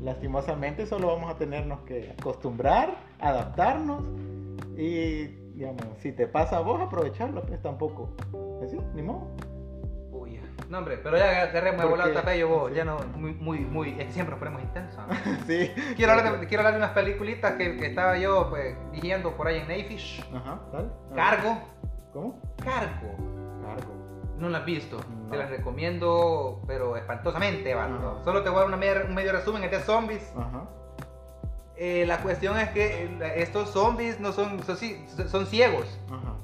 A: Lastimosamente solo vamos a tenernos que acostumbrar, adaptarnos y, digamos, si te pasa a vos, aprovecharlo, pues tampoco. Pues sí, ni modo.
B: Uy, no, hombre, pero ya agarremos de
A: ¿Por
B: volado
A: qué?
B: tapello vos. Ya no, muy, muy, muy. Es que siempre nos ponemos intensos. ¿no?
A: Sí.
B: quiero, hablar de, quiero hablar de unas peliculitas que, que estaba yo, pues, vigiando por ahí en Neyfish.
A: Ajá, dale.
B: Cargo.
A: ¿Cómo?
B: Cargo.
A: Cargo.
B: No la has visto.
A: No.
B: Te la recomiendo, pero espantosamente, vato.
A: Ajá.
B: Solo te voy a dar una mer- un medio resumen. Este es zombies.
A: Ajá.
B: Eh, la cuestión es que eh, estos zombies no son, son, ci- son ciegos.
A: Ajá.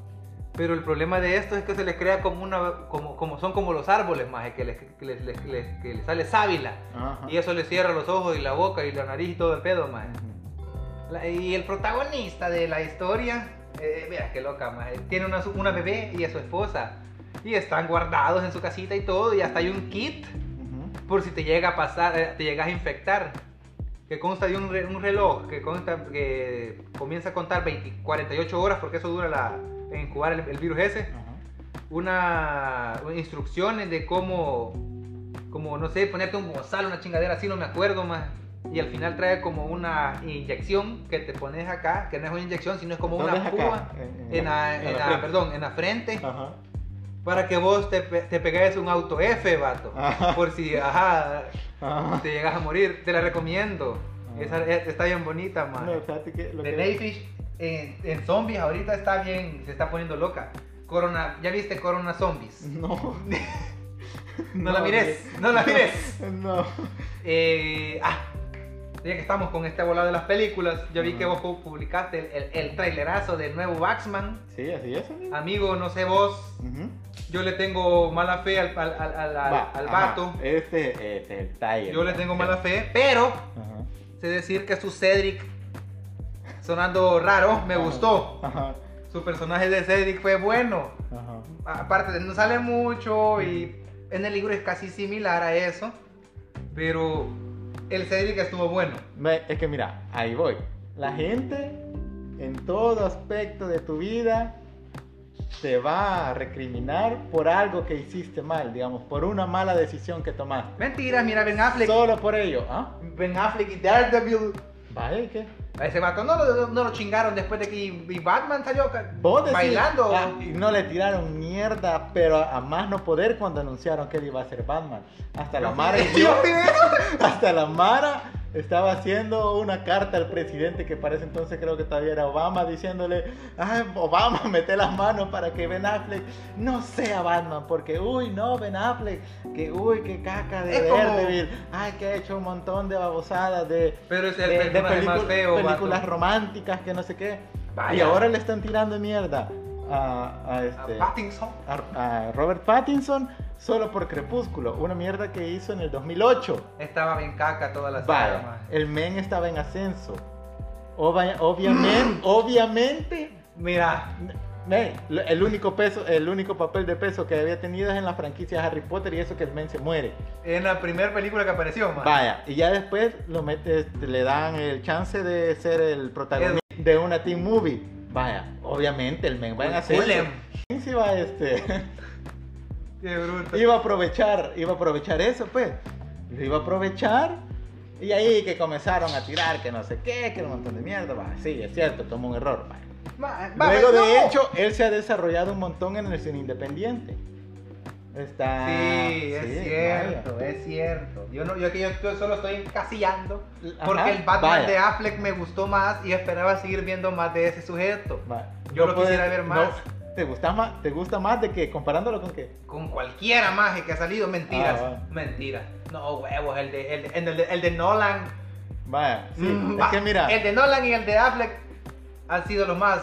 B: Pero el problema de esto es que se les crea como una. como, como son como los árboles, más que les, que les, les- les- que les sale sábila.
A: Ajá.
B: Y eso le cierra los ojos y la boca y la nariz y todo el pedo, más. La- y el protagonista de la historia, eh, mira qué loca, maje, tiene una, su- una bebé y a su esposa. Y están guardados en su casita y todo, y hasta hay un kit
A: Ujú.
B: por si te llega a pasar, eh, te llegas a infectar. Que consta de un, re- un reloj que, consta, que comienza a contar 20, 48 horas, porque eso dura la, en incubar el, el virus ese.
A: Ajá.
B: Una, instrucciones de cómo, como no sé, ponerte un bozal, una chingadera así, no me acuerdo más. Y al final trae como una inyección que te pones acá, que no es una inyección, sino es como
A: ¿Dónde es
B: una
A: acá?
B: púa
A: En-
B: en la, en la-
A: frente. Ah.
B: perdón, en la frente
A: Ajá.
B: para que vos te, pe- te pegues un auto F, vato.
A: Ajá.
B: Por si, ajá,
A: Ajá.
B: te llegas a morir, te la recomiendo. Esa, e- está bien bonita, man.
A: Ah. No, fíjate que lo
B: The
A: que-
B: Nightfish en, en zombies ahorita está bien, se está poniendo loca. Corona, ¿ya viste Corona Zombies?
A: No.
B: No, la mires, no la mires.
A: No.
B: Eh, ah, ya que estamos con esta volada de las películas, yo vi que
A: Ajá.
B: vos pu- publicaste el, el, el trailerazo del nuevo Waxman.
A: Sí, así es, amigo.
B: Amigo, no sé vos,
A: Ujú.
B: yo le tengo mala fe al, al, al, al- al-
A: Va,
B: al
A: ajá. eh.
B: vato.
A: Este, este es el Tiger.
B: Yo le
A: ¿no?
B: tengo mala fe, pero
A: Ajá.
B: sé decir que su Cedric, sonando raro, me
A: Ajá.
B: gustó.
A: Ajá.
B: Su personaje de Cedric fue bueno.
A: Ajá.
B: Aparte, de no sale mucho y en el libro es casi similar a eso. Pero el Cedric estuvo bueno.
A: Ve, Es que mira, ahí voy. La
B: Mm.
A: gente en todo aspecto de tu vida te va a recriminar por algo que hiciste mal, digamos, por una mala decisión que tomaste.
B: Mentira, mira Ben Affleck.
A: Solo por ello, ¿ah?
B: Ben Affleck y Daredevil.
A: Vale, ¿qué?
B: A ese vato no lo, no lo chingaron después de que y- y Batman salió ca-
A: Vos decís,
B: bailando.
A: ah, y no le tiraron mierda, pero a más no poder cuando anunciaron que él iba a ser Batman. Hasta la Mara
B: Yo vi eso.
A: Hasta la Mara estaba haciendo una carta al presidente que parece entonces creo que todavía era Obama diciéndole, ay Obama, mete las manos para que Ben Affleck no sea Batman, porque uy no Ben Affleck, que uy que caca de
B: Es como-
A: Daredevil, ay que ha hecho un montón de babosadas de,
B: Pero es
A: de,
B: el
A: de
B: personaje más
A: pelicu-
B: feo, vato.
A: películas románticas que no sé qué.
B: Vaya.
A: Y ahora le están tirando mierda a, a este
B: A Pattinson.
A: a- a Robert Pattinson solo por Crepúsculo, una mierda que hizo en el 2008.
B: Estaba bien caca toda la saga,
A: Vaya,
B: maje.
A: el men estaba en ascenso. Obvia- obviamente,
B: Mm.
A: obviamente,
B: Mira,
A: men, lo- el único peso, el único papel de peso que había tenido es en la franquicia Harry Potter y eso que el men se muere.
B: en la primera película que apareció, man.
A: Vaya, y ya después lo mete- este, le dan el chance de ser el protagonista de una teen movie. Vaya, obviamente el men va en
B: Un
A: ascenso.
B: culem.
A: ¿Quién se iba a este?
B: Qué bruto.
A: iba a aprovechar, iba a aprovechar eso, pues. Lo iba a aprovechar. Y ahí que comenzaron a tirar, que no sé qué, que un montón de mierda. Va, sí, es cierto, tomó un error. va.
B: Ma- ma-
A: Luego,
B: no.
A: de hecho, él se ha desarrollado un montón en el cine independiente. Está.
B: Sí, es
A: sí,
B: cierto, es cierto. Yo no, yo que yo, yo solo estoy encasillando
A: vaya.
B: porque
A: Ajá,
B: el Batman
A: vaya,
B: de Affleck me gustó más y esperaba seguir viendo más de ese sujeto.
A: va.
B: yo lo quisiera ver más.
A: no, ¿te, gusta más ¿Te gusta más de que comparándolo con qué?
B: Con cualquiera magia que ha salido, mentiras,
A: Ah, va.
B: mentiras. No huevos, el de, el de, el de- el de Nolan.
A: Vaya, sí.
B: Mm,
A: es
B: va,
A: que mira.
B: El de Nolan y el de Affleck han sido los más.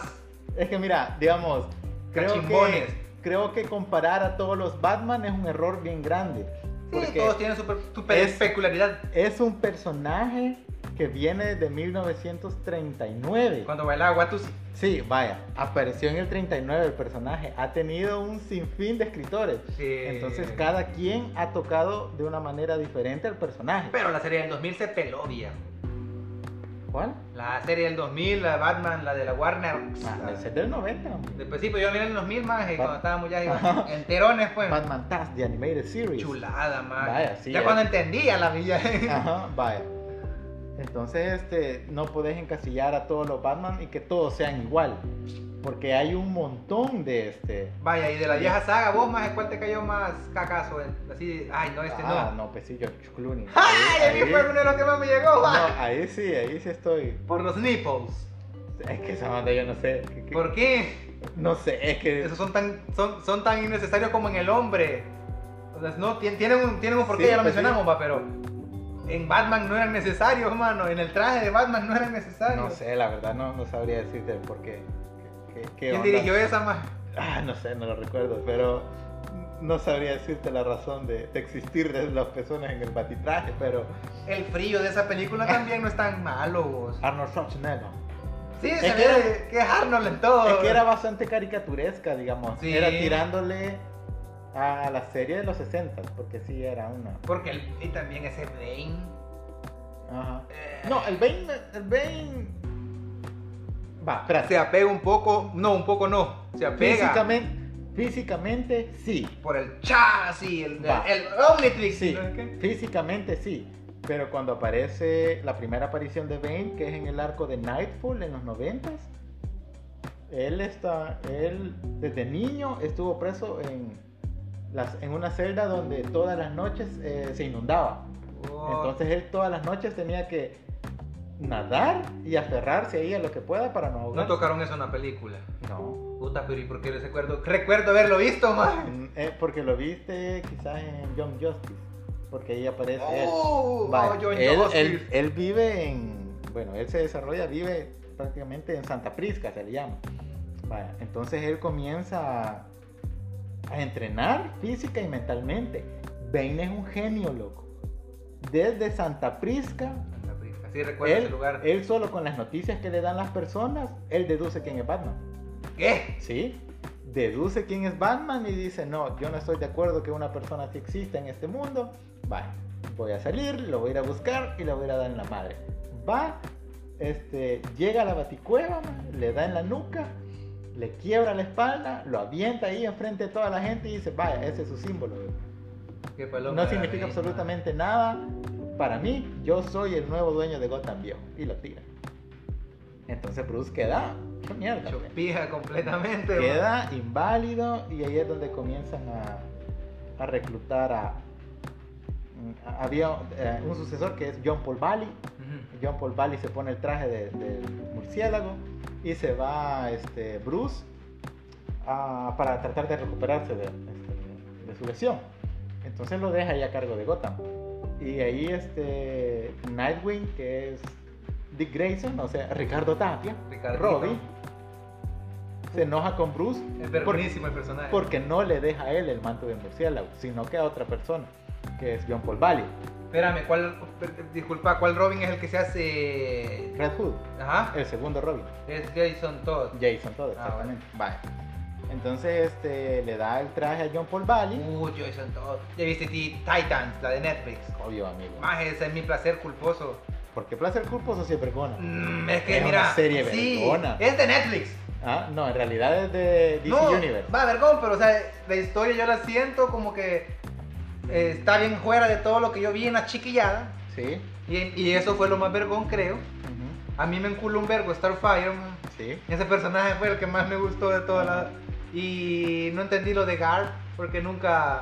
A: Es que mira, digamos, creo que,
B: Cachimbones.
A: creo que comparar a todos los Batman es un error bien grande.
B: Sí,
A: Porque
B: todos tienen su, pe- su pe-
A: es-
B: peculiaridad.
A: es un personaje que viene de 1939.
B: Cuando bailaba Watusi.
A: Sí, vaya, apareció en el 39 el personaje. Ha tenido un sinfín de escritores.
B: Sí.
A: Entonces
B: Eh.
A: cada quien ha tocado de una manera diferente al personaje.
B: Pero la serie del 2000 se peló, viejo.
A: ¿Cuál?
B: La serie del 2000, la Batman, la de la Warner.
A: Ah, ese es del 90. hombre.
B: Después sí, pues yo miré en los mil más, y
A: Bat-
B: cuando estábamos ya digamos, enterones, pues.
A: Batman Task, The Animated Series.
B: Chulada, más.
A: Vaya, sí,
B: ya
A: eh.
B: cuando entendía la villa.
A: Ajá, vaya. Entonces, este, no podés encasillar a todos los Batman y que todos sean igual. Porque hay un montón de este.
B: Vaya, y de la vieja saga, vos más, ¿cuál te cayó más cacazo? eh? Así, ay, no, este
A: ah,
B: no.
A: no, pues sí, George Clooney.
B: ¡Ay! A
A: Ahí-
B: mí fue uno de los que más me llegó,
A: no,
B: ma.
A: ahí sí, ahí sí estoy.
B: Por los nipples.
A: Es que esa banda yo no sé. que- que-
B: ¿Por qué?
A: No sé, es que.
B: Esos son tan, son, son tan innecesarios como en el hombre. O sea, no, tien- tienen un, tienen un porqué,
A: Sí,
B: ya lo
A: pues sí.
B: mencionamos, va, pero en Batman no eran necesarios, mano. En el traje de Batman no eran necesarios.
A: No sé, la verdad, no, no sabría decirte por qué. qué- qué- qué
B: ¿Quién
A: onda.
B: dirigió esa, más?
A: Ah, no sé, no lo recuerdo, pero no sabría decirte la razón de, de existir de las personas en el batitraje, pero
B: El frío de esa película también no es tan malo, vos.
A: Arnold Schwarzenegger.
B: Sí,
A: Ah, Es
B: se
A: que
B: ve
A: era-
B: que es Arnold en todo.
A: Es que era bastante caricaturesca, digamos.
B: Oh. Sí.
A: Era tirándole a la serie de los 60, porque sí era una.
B: Porque el, y también ese Bane.
A: Ajá.
B: eh,
A: No, el Bane. El Bane. Va,
B: se
A: espérate.
B: apega un poco, no, un poco no, se apega
A: Físicamente, físicamente sí.
B: por el chasis, el,
A: Va.
B: el, el Omnitrix.
A: Sí,
B: ¿no es que?
A: físicamente sí. Pero cuando aparece la primera aparición de Bane, que es en el arco de Nightfall en los 90 él está, él desde niño estuvo preso en, las, en una celda donde todas las noches eh, se inundaba.
B: Oh,
A: Entonces él todas las noches tenía que nadar y aferrarse ahí a lo que pueda para no
B: no
A: ahogar.
B: tocaron eso en la película.
A: No.
B: Puta, pero ¿y por qué no recuerdo? Recuerdo haberlo visto, man.
A: Mm, eh, porque lo viste quizás en John Justice, porque ahí aparece él.
B: Oh,
A: Vale,
B: oh, John
A: él,
B: Justice.
A: él- él vive en. Bueno, él se desarrolla, vive prácticamente en Santa Prisca, se le llama. Vaya, entonces él comienza a, a entrenar física y mentalmente. Bane es un genio, loco. Desde Santa Prisca,
B: Santa Prisca, Sí, recuerdo
A: él,
B: ese lugar.
A: él solo con las noticias que le dan las personas, él deduce quién es Batman.
B: ¿Qué?
A: ¿Sí? Deduce quién es Batman y dice, no, yo no estoy de acuerdo que una persona así exista en este mundo. Va, voy a salir, lo voy a ir a buscar y lo voy a ir a dar en la madre. Va, este, llega a la baticueva, man, le da en la nuca, le quiebra la espalda, lo avienta ahí enfrente de toda la gente y dice, vaya, ese es su símbolo. güey".
B: ¿Qué paloma
A: No
B: de
A: significa
B: reina.
A: absolutamente nada. Para mí, yo soy el nuevo dueño de Gotham Viejo. Y lo tira. Entonces Bruce queda, "Qué mierda. güey".
B: Chupija completamente. man.
A: queda inválido y ahí es donde comienzan a, a reclutar a, mm, a- había eh, un sucesor que es John Paul Valley
B: Ujú.
A: John Paul Valley se pone el traje de- del murciélago y se va este Bruce a- para tratar de recuperarse de, este, de su lesión entonces lo deja ahí a cargo de Gotham y ahí este Nightwing que es Dick Grayson o sea Ricardo Tapia
B: Ricardito.
A: Robin se enoja con Bruce
B: Es
A: por-
B: buenísimo el personaje.
A: porque no le deja a él el manto de murciélago, sino que a otra persona, que es John Paul Valley,
B: Espérame, ¿cuál, per- disculpa, ¿cuál Robin es el que se hace...?
A: Red Hood,
B: Ajá,
A: el segundo Robin,
B: es Jason Todd.
A: Jason Todd,
B: Ah,
A: exactamente. Vale. Entonces este, le da el traje a John Paul Valley,
B: Uh, Jason Todd. Ya viste Ti- Titans, la de Netflix.
A: obvio amigo.
B: Más, ese es mi placer culposo.
A: Porque Placer Culposo sí es vergona.
B: Mm, es que
A: Es una
B: mira.
A: serie
B: sí,
A: vergona.
B: Es de Netflix.
A: Ah, no, en realidad es de DC
B: no,
A: Universe.
B: Va, vergón, pero o sea, la historia yo la siento como que eh, está bien fuera de todo lo que yo vi en la chiquillada.
A: Sí.
B: Y, y eso fue lo más vergón, creo.
A: ujú,
B: A mí me enculó un vergo Starfire, man.
A: Sí.
B: Ese personaje fue el que más me gustó de toda la. Y no entendí lo de Garp, porque nunca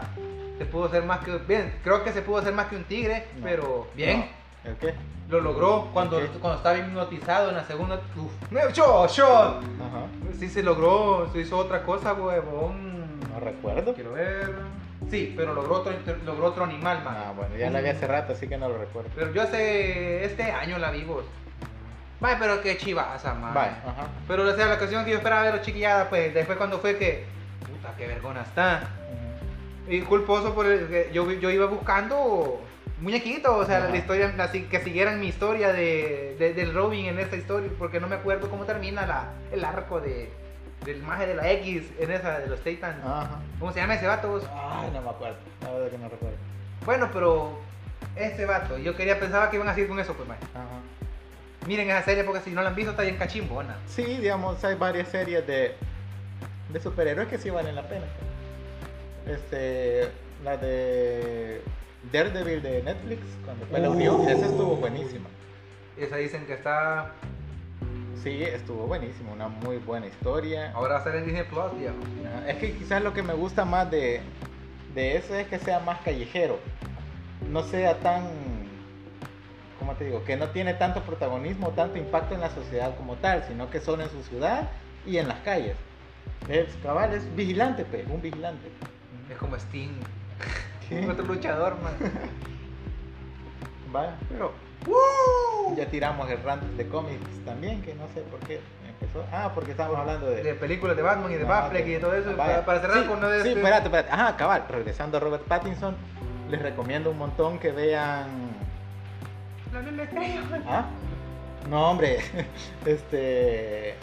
B: se pudo hacer más que. Bien, creo que se pudo hacer más que un tigre,
A: No.
B: pero bien,
A: No, ¿El qué?
B: lo logró. Cuando,
A: Ok.
B: cuando estaba hipnotizado en la segunda. ¡Uf! ¡No, ¡Yo, yo!
A: Ajá.
B: Sí se logró, se hizo otra cosa, huevón.
A: No recuerdo.
B: Quiero ver. Sí, pero logró otro, logró otro animal, man.
A: Ah, bueno, ya la vi hace rato, así que no lo recuerdo.
B: Pero yo hace. Este año la vivo. Vaya, pero qué chivaza, man.
A: Vale, ajá.
B: Pero o sea, la canción que yo esperaba ver chiquillada, pues después cuando fue que. Puta, qué vergona está.
A: ujú,
B: Y culposo por el que yo, yo iba buscando muñequitos, o sea,
A: Ajá.
B: la historia, así que siguieran mi historia de, de- del Robin en esta historia, porque no me acuerdo cómo termina la, el arco de, del maje de la X en esa de los Titans.
A: Ajá.
B: ¿Cómo se llama ese vato? vos?
A: Ay, no me acuerdo. La verdad que no recuerdo.
B: Bueno, pero ese vato, yo quería, pensaba que iban a seguir con eso, pues, maje.
A: Ajá.
B: Miren esa serie porque si no la han visto está bien cachimbona.
A: Sí, digamos, hay varias series de, de superhéroes que sí valen la pena. Este, la de Daredevil de Netflix, cuando fue la unión, esa estuvo buenísima.
B: Esa dicen que está,
A: Sí, estuvo buenísima, una muy buena historia.
B: ahora va a ser en Disney Plus, tío.
A: Ajá, Es que quizás lo que me gusta más de, de eso es que sea más callejero, no sea tan, ¿cómo te digo? Que no tiene tanto protagonismo, tanto impacto en la sociedad como tal, sino que son en su ciudad y en las calles. Es cabal, es vigilante, pe, un vigilante.
B: Es como Steam.
A: ¿Qué?
B: Otro luchador, man.
A: Vaya.
B: Pero
A: Ya tiramos el rant de cómics también, que no sé por qué empezó. Ah, porque estábamos hablando de.
B: de películas de Batman y de
A: No,
B: Batfleck
A: que-
B: y todo eso,
A: Ah, vaya.
B: para, para cerrar
A: Sí,
B: con una de
A: Sí,
B: este-
A: espérate, espérate. Ajá, cabal. Regresando a Robert Pattinson, les recomiendo un montón que vean.
B: La Biblia de Cristo.
A: ¿Ah? No, hombre. Este.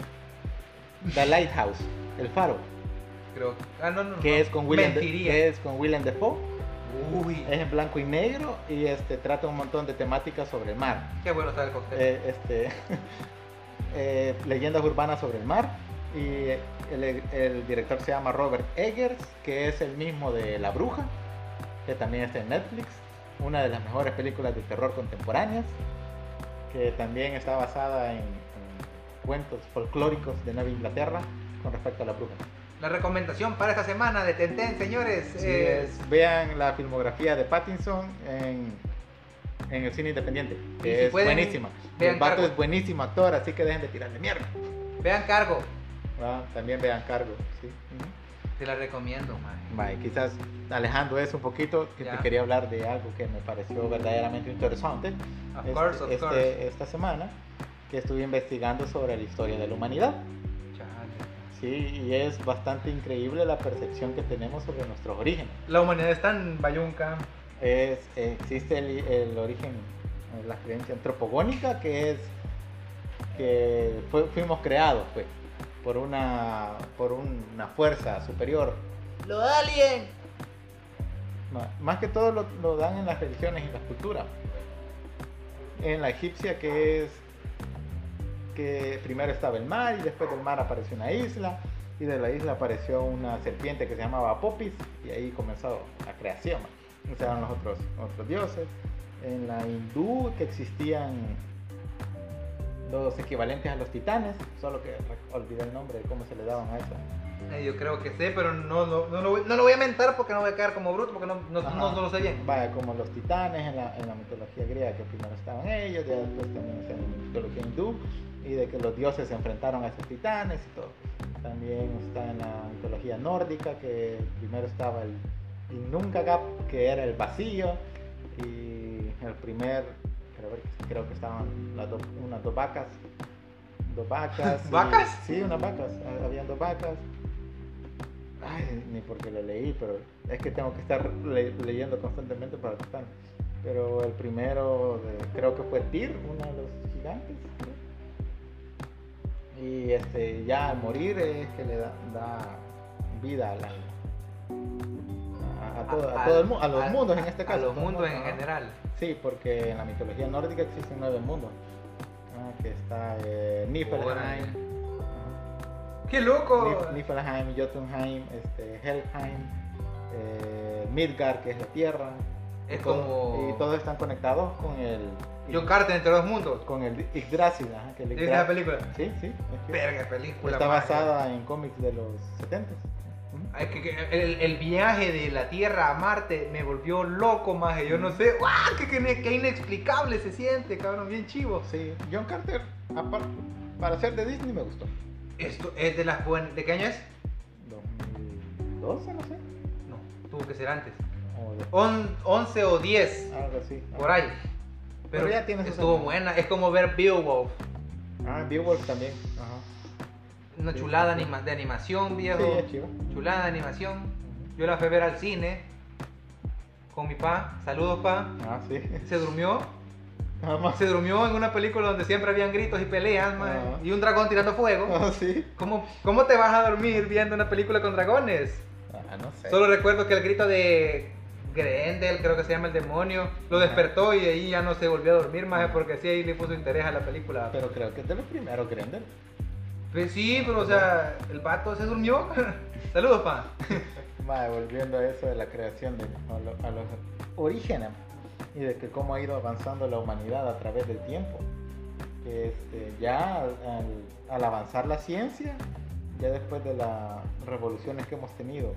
A: The Lighthouse, El Faro,
B: Creo. Ah, no, no. no.
A: que es con Willem, de- eh.
B: Mentiría.
A: que es con Willem Dafoe.
B: Uy,
A: Es en blanco y negro y este trata un montón de temáticas sobre el mar.
B: qué bueno está el cóctel.
A: eh, este, eh, leyendas urbanas sobre el mar. Y el, el director se llama Robert Eggers, que es el mismo de La Bruja, que también está en Netflix, una de las mejores películas de terror contemporáneas, que también está basada en, en cuentos folclóricos de Nueva Inglaterra con respecto a la bruja.
B: La recomendación para esta semana de Tenten, señores,
A: Sí,
B: es
A: es- vean la filmografía de Pattinson en, en el cine independiente, que
B: Y si
A: es
B: pueden,
A: buenísima.
B: vean
A: el vato
B: Cargo.
A: es buenísimo actor, así que dejen de tirarle mierda.
B: vean cargo.
A: Ah, También vean cargo, sí.
B: Te la recomiendo, man.
A: Vale, quizás alejando eso un poquito, que
B: Mm. Ya.
A: te quería hablar de algo que me pareció verdaderamente interesante
B: Of
A: este-
B: course, of
A: este-
B: course.
A: esta semana, que estuve investigando sobre la historia de la humanidad.
B: Chale.
A: Sí, y es bastante increíble la percepción que tenemos sobre nuestros orígenes.
B: La humanidad es tan bayunca.
A: es, existe el, el origen, eh, la creencia antropogónica, que es que fue- fuimos creados pues, por, una, por una fuerza superior.
B: ¡Lo alien!
A: Ma- Más que todo lo, lo dan en las religiones y las culturas. En la egipcia que es que primero estaba el mar y después del mar apareció una isla y de la isla apareció una serpiente que se llamaba Popis y ahí comenzó la creación. O sea, eran los otros, otros dioses. En la hindú que existían los equivalentes a los titanes, solo que re- olvidé el nombre de cómo se le daban a eso.
B: Eh, yo creo que sé, pero no, no, no, lo voy- no lo voy a mentar porque no voy a quedar como bruto, porque no, no,
A: Ajá.
B: no- no lo sé bien.
A: Vaya, como los titanes en la, en la mitología griega, que primero estaban ellos, ya después también está en la mitología hindú, y de que los dioses se enfrentaron a esos titanes y todo. También está en la mitología nórdica, que primero estaba el Innungagap, que era el vacío, y el primer, creo, que- creo que estaban las dos- unas dos vacas. Dos vacas. y-
B: ¿Vacas?
A: Sí, unas vacas. ha- Habían dos vacas. Ay, ni porque lo leí, pero es que tengo que estar le- leyendo constantemente para estar. Pero el primero, de- creo que fue Tyr, uno de los gigantes. creo. Y este, ya al morir es que le da, da vida a, la- a, a todo, a todo el mu- a los
B: a-
A: mundos en este
B: a
A: caso.
B: los
A: todo el
B: mundos en
A: mundo, ajá.
B: general.
A: Sí, porque en la mitología nórdica existen nueve mundos. Ah, que está eh, Niflheim,
B: Órale.
A: ajá,
B: ¡Qué loco!
A: Nif- Niflheim, Jotunheim, este, Helheim, eh, Midgard, que es la tierra.
B: Es
A: Y todo-
B: como-
A: Y todos están conectados con el.
B: John Carter entre los mundos.
A: Con el Yggdrasil, ajá, que el
B: ¿Viste la
A: Yggdrasil-
B: película?
A: Sí, sí. es que
B: Verga película.
A: está
B: man.
A: basada en cómics de los 70
B: Ay, que- que el, el viaje de la Tierra a Marte me volvió loco, más yo
A: Mm.
B: no sé, ¡guau! que, que- que inexplicable se siente, cabrón, bien chivo.
A: Sí, John Carter, aparte, para ser de Disney me gustó.
B: Esto es de las buenas, ¿de qué año es?
A: 2012, no sé.
B: No, tuvo que ser antes.
A: O después.
B: On- 11 o 10,
A: Algo así.
B: por ahí. Pero,
A: Pero ya tiene sus
B: estuvo
A: años.
B: buena, es como ver Beowulf,
A: Ah, Beowulf también. Ajá.
B: una
A: Sí.
B: chulada anima- de animación, viejo.
A: Sí, es chido.
B: Chulada de animación. Yo la fui a ver al cine con mi pa, saludos pa.
A: Ah, sí.
B: Se durmió,
A: Nada más.
B: Se durmió en una película donde siempre habían gritos y peleas, mae,
A: Ajá.
B: y un dragón tirando fuego.
A: Ah, sí.
B: ¿Cómo, ¿Cómo te vas a dormir viendo una película con dragones?
A: Ah, no sé.
B: Solo recuerdo que el grito de Grendel, creo que se llama el demonio, lo
A: Ajá.
B: despertó y ahí ya no se volvió a dormir más porque sí ahí le puso interés a la película.
A: Pero creo que es de los primeros Grendel.
B: Pues sí, pero o sea, el vato se durmió. Saludos, pa.
A: Vale, volviendo a eso de la creación, de, a, lo- a los orígenes y de que cómo ha ido avanzando la humanidad a través del tiempo. Que este, ya al, al- al avanzar la ciencia, ya después de las revoluciones que hemos tenido,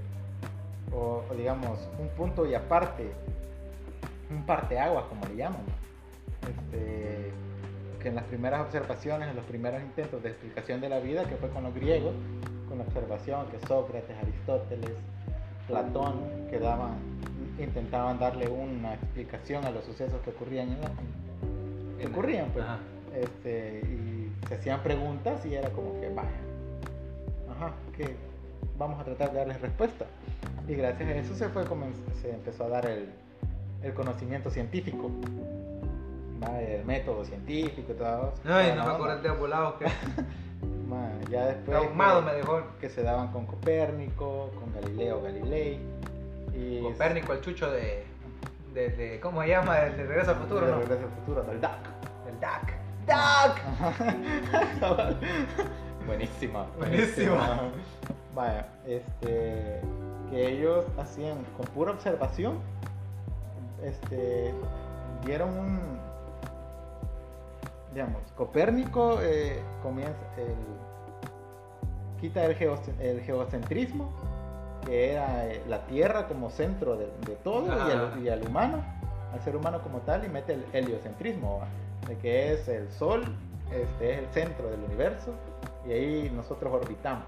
A: o, o digamos, un punto y aparte, un parteaguas, como le llaman, este, que en las primeras observaciones, en los primeros intentos de explicación de la vida, que fue con los griegos, con la observación que Sócrates, Aristóteles, Platón, que daban intentaban darle una explicación a los sucesos que ocurrían en la- que ocurrían pues
B: Ajá.
A: este, y se hacían preguntas y era como que vaya ajá que vamos a tratar de darles respuesta y gracias a eso se fue comen- se empezó a dar el, el conocimiento científico ¿va? el método científico y todo
B: Ay,
A: toda
B: no
A: la
B: me
A: onda.
B: acuerdo el dedo volado que
A: Ma, ya después
B: ahumado
A: que-
B: me dejó.
A: que se daban con Copérnico, con Galileo Galilei. Y
B: Copérnico, el chucho de, de, de- ¿Cómo se llama? El de Regreso al Futuro,
A: de
B: ¿no?
A: Regreso al futuro, del DAC.
B: El DAC. ¡DAC!
A: Ajá. Buenísima.
B: Buenísima.
A: Vaya, este. Que ellos hacían con pura observación, este. Dieron un. Digamos, Copérnico eh, comienza el. Quita el, geoce- el geocentrismo, que era eh, la tierra como centro de, de todo y
B: Ajá.
A: al, y al humano, al ser humano como tal, y mete el heliocentrismo, ¿va? de que es el sol, este es el centro del universo y ahí nosotros orbitamos.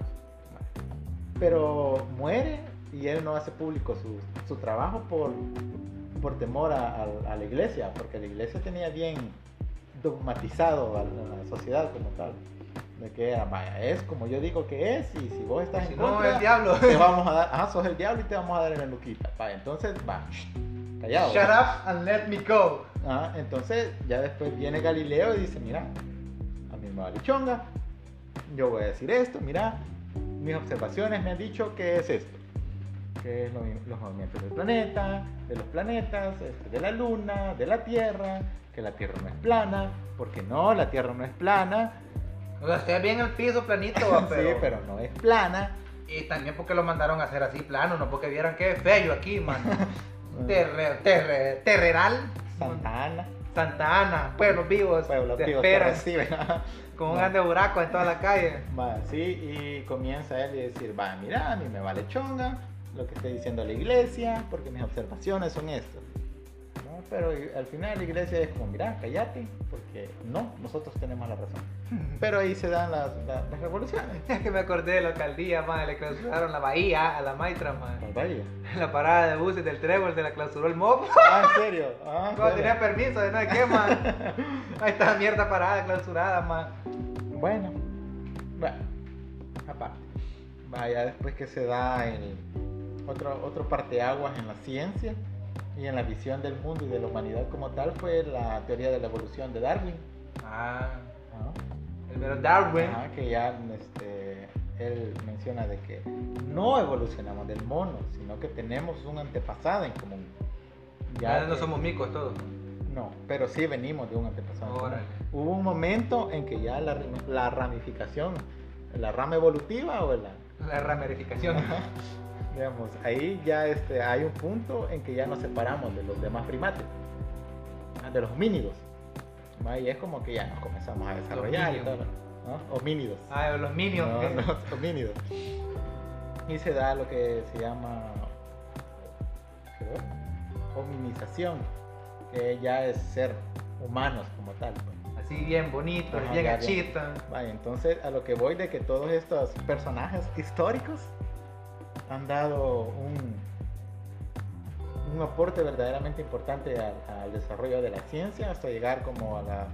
A: Pero muere y él no hace público su, su trabajo por, por temor a, a- a la iglesia, porque la iglesia tenía bien dogmatizado a la, a la sociedad como tal. De que era, vaya, es como yo digo que es y si vos estás
B: Si
A: en
B: no,
A: contra,
B: el diablo.
A: te vamos a dar, ah, sos el diablo y te vamos a dar en la luquita. Va, entonces, va, shh, callado.
B: Shut up and let me go.
A: Ah, entonces, ya después viene Galileo y dice, mira, a mí me vale chonga, yo voy a decir esto, mira, mis observaciones me han dicho que es esto, que es lo mi- los movimientos del planeta, de los planetas, este, de la luna, de la tierra, que la tierra no es plana, porque no, la tierra no es plana,
B: O sea, usted bien el piso planito, va, pero...
A: sí, pero no es plana.
B: Y también porque lo mandaron a hacer así plano, no porque vieran qué bello aquí, mano. Terre- terre- terreral.
A: Santa Ana,
B: Santa Ana, pueblos vivos.
A: pueblo
B: te
A: tío, te
B: esperan,
A: reciben.
B: Con un grande buraco en toda la calle.
A: Va, sí, y comienza él y decir, va, mira, a mí me vale chonga lo que está diciendo la iglesia, porque mis observaciones son estas. ¿no? Pero y- al final la iglesia es como, mira, cállate, porque no, nosotros tenemos la razón. Pero ahí se dan las, las, las revoluciones.
B: Es que me acordé de la alcaldía, madre, le clausuraron la bahía a la maitra, madre.
A: Pues vaya.
B: La parada de buses del trébol se la clausuró el mob.
A: Ah, en serio. Ah, en
B: Cuando
A: serio.
B: tenía permiso de no sé qué, man. Ahí está mierda parada, clausurada, man.
A: Bueno, bueno, aparte. Vaya, después que se da el otro, otro parteaguas en la ciencia y en la visión del mundo y de la humanidad como tal fue la teoría de la evolución de Darwin.
B: Ah,
A: Ajá.
B: el mero Darwin.
A: Ajá, que ya este, él menciona de que no evolucionamos del mono, sino que tenemos un antepasado en común.
B: Ya no
A: que-
B: somos micos todos.
A: No, pero sí venimos de un antepasado. en común.
B: Órale.
A: Hubo un momento en que ya la, rim- la ramificación, la rama evolutiva o la,
B: La ramerificación.
A: digamos, ahí ya este, hay un punto en que ya nos separamos de los demás primates, ah, de los homínidos. ¿va? Y es como que ya nos comenzamos a desarrollar y
B: Dominion.
A: todo, ¿no? Homínidos.
B: Ah, los minions.
A: No,
B: ¿qué?
A: no, los homínidos. Y se da lo que se llama creo, hominización, que ya es ser humanos como tal. pues.
B: Así bien bonito,
A: Ajá,
B: bien
A: ya,
B: achita.
A: Vaya, entonces a lo que voy de que todos estos personajes históricos han dado un, un aporte verdaderamente importante al, al desarrollo de la ciencia hasta llegar como a la...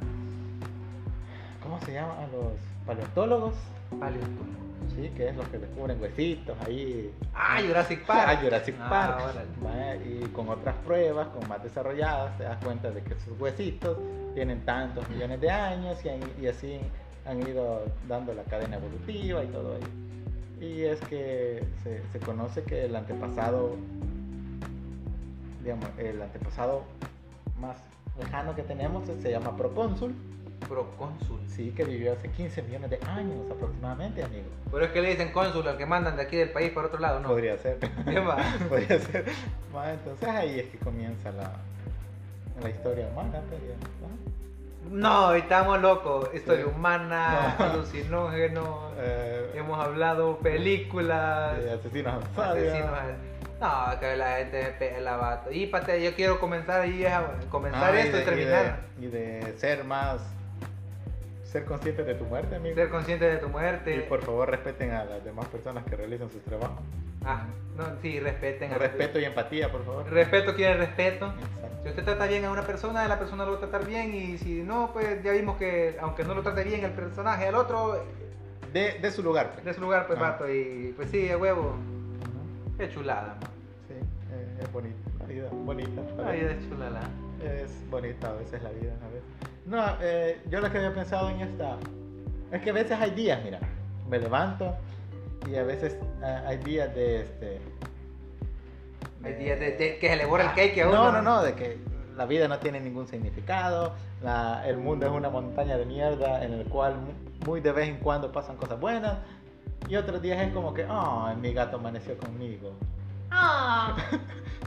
A: ¿Cómo se llama? A los paleontólogos,
B: Paleontólogo.
A: ¿sí? Que es los que descubren huesitos ahí.
B: Ah, Jurassic Park.
A: Ah, Jurassic
B: Ah,
A: Park.
B: órale.
A: Vaya, y con otras pruebas, con más desarrolladas, te das cuenta de que sus huesitos tienen tantos millones de años y, han- y así han ido dando la cadena evolutiva y todo ello. Y es que se, se conoce que el antepasado, digamos, el antepasado más lejano que tenemos se llama procónsul,
B: Procónsul.
A: sí, que vivió hace 15 millones de años aproximadamente, amigo.
B: Pero es que le dicen cónsul al que mandan de aquí del país para otro lado, ¿no?
A: Podría ser.
B: ¿Qué va?
A: Podría ser. Va, entonces ahí es que comienza la, la historia humana. pues, ya, ¿no?
B: No, estamos locos. Historia
A: Sí.
B: humana,
A: No.
B: alucinógeno.
A: Eh,
B: Hemos hablado películas,
A: de asesinos en sabia.
B: asesinos. No, que la gente pe- la va. Y pate, yo quiero comenzar y a- comenzar
A: Ah,
B: esto y,
A: de-
B: terminar.
A: Y de, y de ser más. Ser consciente de tu muerte, amigo.
B: Ser consciente de tu muerte.
A: Y por favor respeten a las demás personas que realizan sus trabajos.
B: Ah, no, sí, respeten. a-
A: Respeto y empatía, por favor.
B: Respeto quiere respeto.
A: Exacto.
B: Si usted trata bien a una persona, la persona lo va a tratar bien. Y si no, pues ya vimos que, aunque no lo trate bien el personaje, al otro,
A: De, de su lugar. pues.
B: de su lugar, pues
A: Ah.
B: vato. Y pues sí, a huevo.
A: Ujú.
B: Qué chulada, man.
A: Sí, eh, es bonita. La vida bonita.
B: La vida es chulala.
A: Es bonita a veces la vida, a veces. No, eh, yo lo que había pensado en esta. Es que a veces hay días, mira. Me levanto y a veces ah, hay días de este.
B: Hay
A: de-
B: días de, de- que se le borra el cake a uno.
A: No, no, no, de que la vida no tiene ningún significado, la- el mundo es una montaña de mierda en el cual mu- muy de vez en cuando pasan cosas buenas y otros días es como que, oh, mi gato amaneció conmigo.
C: Ah,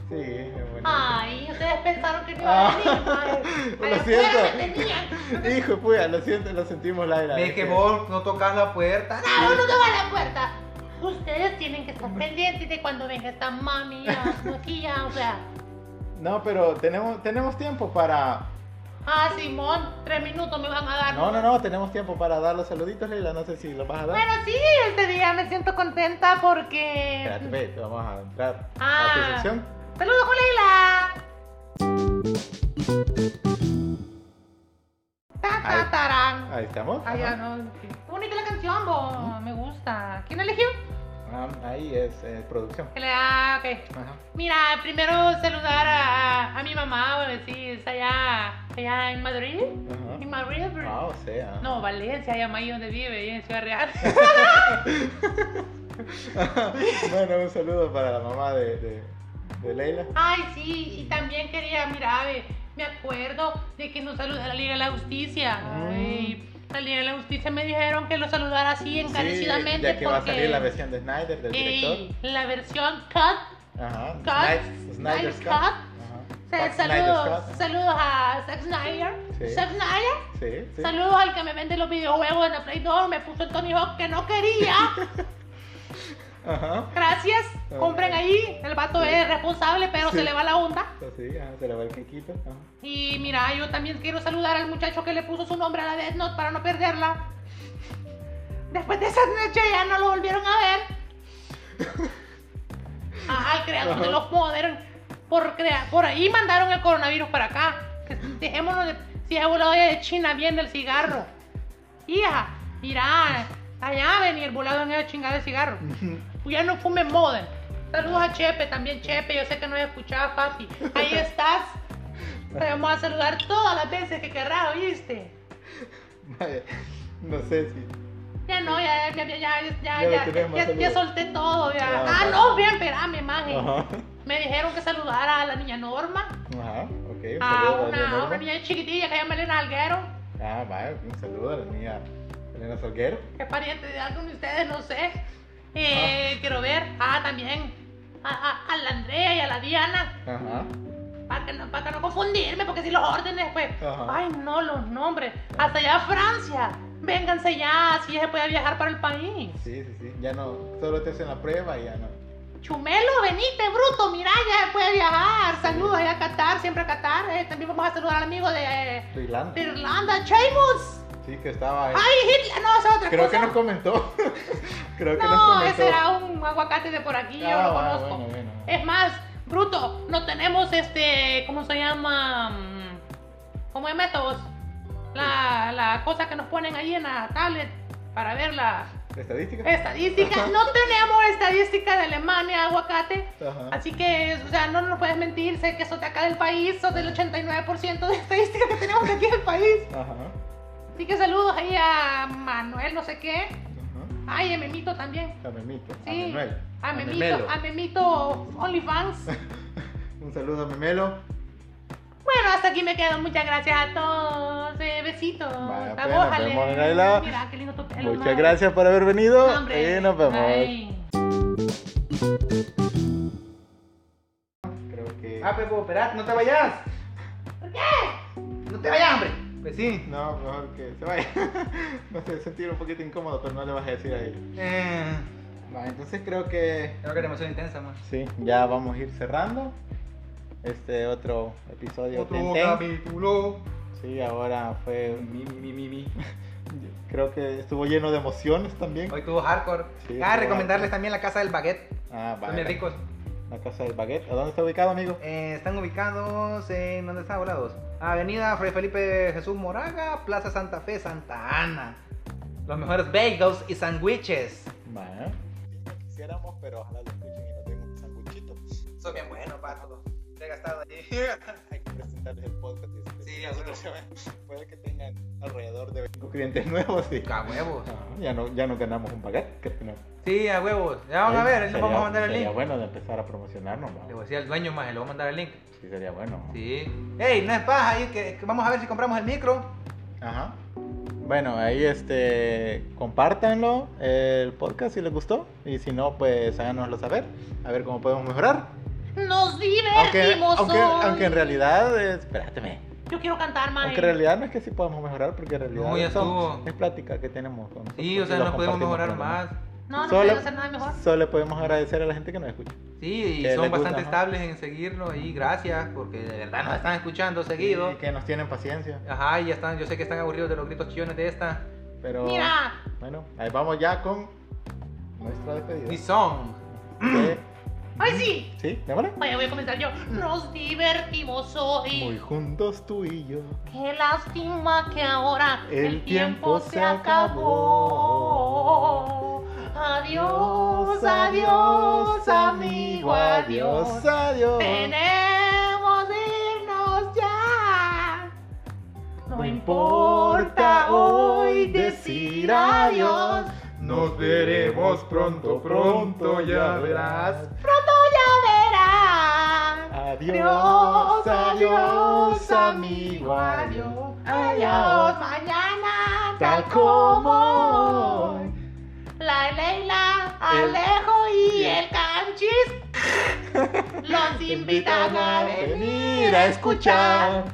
A: Sí, es bonito.
C: ay, ustedes pensaron que no iba a venir,
A: Ah.
C: madre.
A: Lo
C: A la
A: siento.
C: fuerza me tenían.
A: Hijo, puya, lo siento, lo sentimos, Laira.
B: Me
A: es
B: que
A: que-
B: vos no tocas la puerta.
C: No, uno no va a la puerta. Ustedes tienen que estar pendientes de cuando venga esta mami a Noquilla, o sea.
A: No, pero tenemos, tenemos tiempo para...
C: Ah, Simón, tres minutos me van a dar.
A: No, no, no, tenemos tiempo para dar los saluditos, Leila, no sé si los vas a dar.
C: Bueno, sí, este día me siento contenta porque.
A: Espérate, ve, te vamos a entrar a
C: Ah.
A: tu sección.
C: ¡Saludos con Leila! Ta,
A: Ahí.
C: ta, tarán.
A: Ahí estamos.
C: Ay,
A: Ajá.
C: ya no. qué Bonita la canción, bo. Me gusta. ¿Quién eligió?
A: Ah, ahí es eh, producción.
C: Que le- Ah, ok.
A: Ajá.
C: Mira, primero saludar a, a mi mamá, bueno, sí, está allá, allá en Madrid.
A: Ajá.
C: En Madrid, pero-
A: Ah, o sea.
C: No, Valencia, allá más ahí donde vive, ahí en Ciudad Real.
A: bueno, un saludo para la mamá de, de, de Leila.
C: Ay, sí, y también quería, mira, a ver, me acuerdo de que nos saluda la Liga de la Justicia.
A: Mm.
C: Ay, la Liga de la Justicia me dijeron que lo saludara así encarecidamente
A: Sí, ya que
C: porque
A: va a salir la versión de Snyder, del director.
C: Ey, la versión cut.
A: Ajá.
C: Cut.
A: Snyder, Snyder
C: Snyder
A: Scott.
C: Cut.
A: Ajá.
C: Se-
A: Zack
C: saludos,
A: Snyder Scott.
C: saludos a Zack Snyder.
A: Sí.
C: Zack Snyder,
A: Sí, sí.
C: saludos al que me vende los videojuegos en la Play 2, me puso el Tony Hawk que no quería.
A: Ajá.
C: Gracias,
A: Ah.
C: compren ahí. El vato
A: Sí.
C: es responsable, pero
A: Sí.
C: se le va la onda.
A: Así, Pues ajá, se le va el quequito. Ajá.
C: Y mira, yo también quiero saludar al muchacho que le puso su nombre a la Death Note para no perderla. Después de esa noche ya no lo volvieron a ver. Ah, al creador de los poderes. Por, crea- por ahí mandaron el coronavirus para acá. Dejémonos de. Si es volado de China, viene el cigarro. Hija, mira, allá venía el volado en el chingado de cigarro. Pues Ya no fume modem. Saludos a Chepe, también Chepe, yo sé que no escuchaba papi. Ahí estás. Te vamos a saludar todas las veces que querrás, ¿oíste?
A: Vaya, no sé si.
C: Ya no, ya, ya, ya, ya, ya,
A: Ya lo
C: ya,
A: tenés,
C: ya,
A: más
C: ya,
A: saludos.
C: solté todo, ya.
A: Ah,
C: Ah,
A: vale.
C: no, bien, espérame, maje.
A: Ajá.
C: Me dijeron que saludara a la niña Norma,
A: Ajá, ok. Un
C: a
A: saludo
C: Ah, una,
A: la
C: a una
A: Norma.
C: niña chiquitilla que llama Elena Alguero,
A: Ah, vaya, un saludo a la niña Elena Salguero.
C: que es pariente de alguno de ustedes, no sé. Eh, quiero ver, ah, también, a, a, a la Andrea y a la Diana.
A: Ajá.
C: Para que, no, para que no confundirme, porque si los órdenes, pues.
A: Ajá.
C: Ay, no, los nombres. Hasta allá a Francia. Vénganse ya, así se puede viajar para el país.
A: Sí, sí, sí. Ya no, solo te hacen la prueba y ya no.
C: Chumelo, venite, bruto, mira, ya se puede viajar. Saludos allá a Qatar, siempre a Qatar. eh. También vamos a saludar al amigo de,
A: Tu Irlanda.
C: de Irlanda, Sheamus.
A: Sí, que estaba ahí.
C: Ay, Hitler, no, esa es otra
A: Creo
C: cosa.
A: que nos comentó. Creo que nos
C: No,
A: comentó.
C: ese era un aguacate de por aquí, yo
A: Ah,
C: lo
A: va,
C: conozco. Eh,
A: bueno, bueno.
C: Es más, Bruto, no tenemos este, ¿cómo se llama? Mm, ¿Cómo es métodos? La, la cosa que nos ponen ahí en la tablet para ver la
A: ¿Estadística?
C: estadística. No tenemos estadística de Alemania, aguacate.
A: Ajá.
C: Así que, o sea, no nos puedes mentir, sé que sos de acá del país, sos del 89% de estadística que tenemos de aquí del país.
A: Ajá.
C: Así que saludos ahí a Manuel, no sé qué. Ay, a Memito también.
A: Ajá. A Memito. A
C: Sí,
A: Memel.
C: a
A: Memelo.
C: Memito, a Memito OnlyFans.
A: Un saludo a Memelo.
C: Bueno, hasta aquí me quedo. Muchas gracias a todos. Eh, besitos.
A: Vaya,
C: Hasta
A: pues, nos
C: vos, Ale.
A: vemos, Leila.
C: Mira, qué lindo tu pelo.
A: Muchas
C: madre.
A: gracias por haber venido.
C: No, hombre.
A: Y nos vemos.
C: Ay.
A: Creo que.
B: Ah, pero esperad, no te vayas. ¿Por qué? No te vayas, hombre. Pues sí.
A: No, mejor que se vaya. no sé, sentir un poquito incómodo, pero no le vas a decir a él.
B: Eh,
A: Va, entonces creo que.
B: creo que la emoción intensa, man.
A: Sí, ya vamos a ir cerrando este otro episodio.
B: Otro
A: Tenten.
B: capítulo.
A: Sí, ahora fue.
B: Mi, mi, mi, mi, mi.
A: Creo que estuvo lleno de emociones también.
B: Hoy tuvo hardcore.
A: Sí,
B: ah,
A: tuvo
B: recomendarles
A: hardcore.
B: también la casa del baguette.
A: Ah,
B: Están bien
A: vale.
B: ricos.
A: La casa del baguette. ¿A dónde está ubicado, amigo?
B: Eh, están ubicados en. ¿Dónde están volados? Avenida Fray Felipe Jesús Moraga, Plaza Santa Fe, Santa Ana. Los mejores bagels y sándwiches.
A: Vaya.
D: quisiéramos, pero ojalá lo escuchen y nos den un sanguchito.
B: Son bien buenos, pato. Te he gastado ahí.
D: Hay que presentarles el podcast. y-
B: Sí, a huevo.
D: Puede que tengan alrededor de
A: Con clientes nuevos, sí.
B: A huevos.
A: Ah, ya, no, ya no ganamos un baguette. ¿Qué tenemos?
B: Sí, a huevos. Ya vamos a ver, ahí les vamos a mandar el
A: Sería
B: link.
A: bueno de empezar a promocionarnos,
B: Le
A: ¿no?
B: voy a decir al dueño más, le voy a mandar el link.
A: Sí, sería bueno. ¿no?
B: Sí. Ey, no es paja ahí, que, que vamos a ver si compramos el micro.
A: Ajá. Bueno, ahí este, compártanlo eh, el podcast si les gustó y si no, pues háganoslo saber, a ver cómo podemos mejorar.
C: Nos
A: Aunque,
C: divertimos
A: aunque,
C: hoy.
A: aunque en realidad, eh, espéráteme,
C: Yo quiero cantar, más.
A: aunque en realidad no es que sí podemos mejorar porque en realidad
B: No, ya
A: son-
B: estuvo.
A: es plática que tenemos. con
B: Sí, o
A: nosotros
B: sea,
A: y lo
B: no podemos
A: compartimos
B: mejorar
A: con los demás.
B: más.
C: No, no
A: Solo-
C: puedo hacer nada mejor.
A: Solo le podemos agradecer a la gente que nos escucha.
B: Sí, y
A: Que
B: son
A: les gusta,
B: bastante
A: ajá.
B: estables en seguirnos y gracias porque de verdad nos están escuchando seguido.
A: Y que nos tienen paciencia.
B: Ajá, y ya están, yo sé que están aburridos de los gritos chillones de esta.
A: Pero
C: Mira,
A: bueno, ahí vamos ya con nuestra
B: This
A: despedida.
B: song.
A: Que-
C: ay sí.
A: ¿Sí? ¿Démosle?
C: Vaya, voy a comenzar yo. Nos divertimos hoy.
A: Muy juntos tú y yo.
C: Qué lástima que ahora
A: El
C: el,
A: tiempo
C: tiempo,
A: se
C: se acabó. Adiós, adiós, amigo, adiós.
A: adiós.
C: Tenemos que irnos ya.
A: No importa hoy decir adiós. Nos veremos pronto, pronto, ya verás.
C: Pronto ya verás.
A: Adiós, adiós, amigo, adiós.
C: Adiós, mañana,
A: Tal como hoy.
C: La Leila,
A: El-
C: Alejo y
A: y el-
C: el Canchis los invitan a venir a escuchar,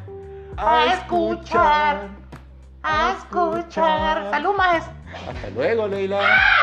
C: a escuchar, a escuchar. Salud, maes.
A: Hasta luego, Leila.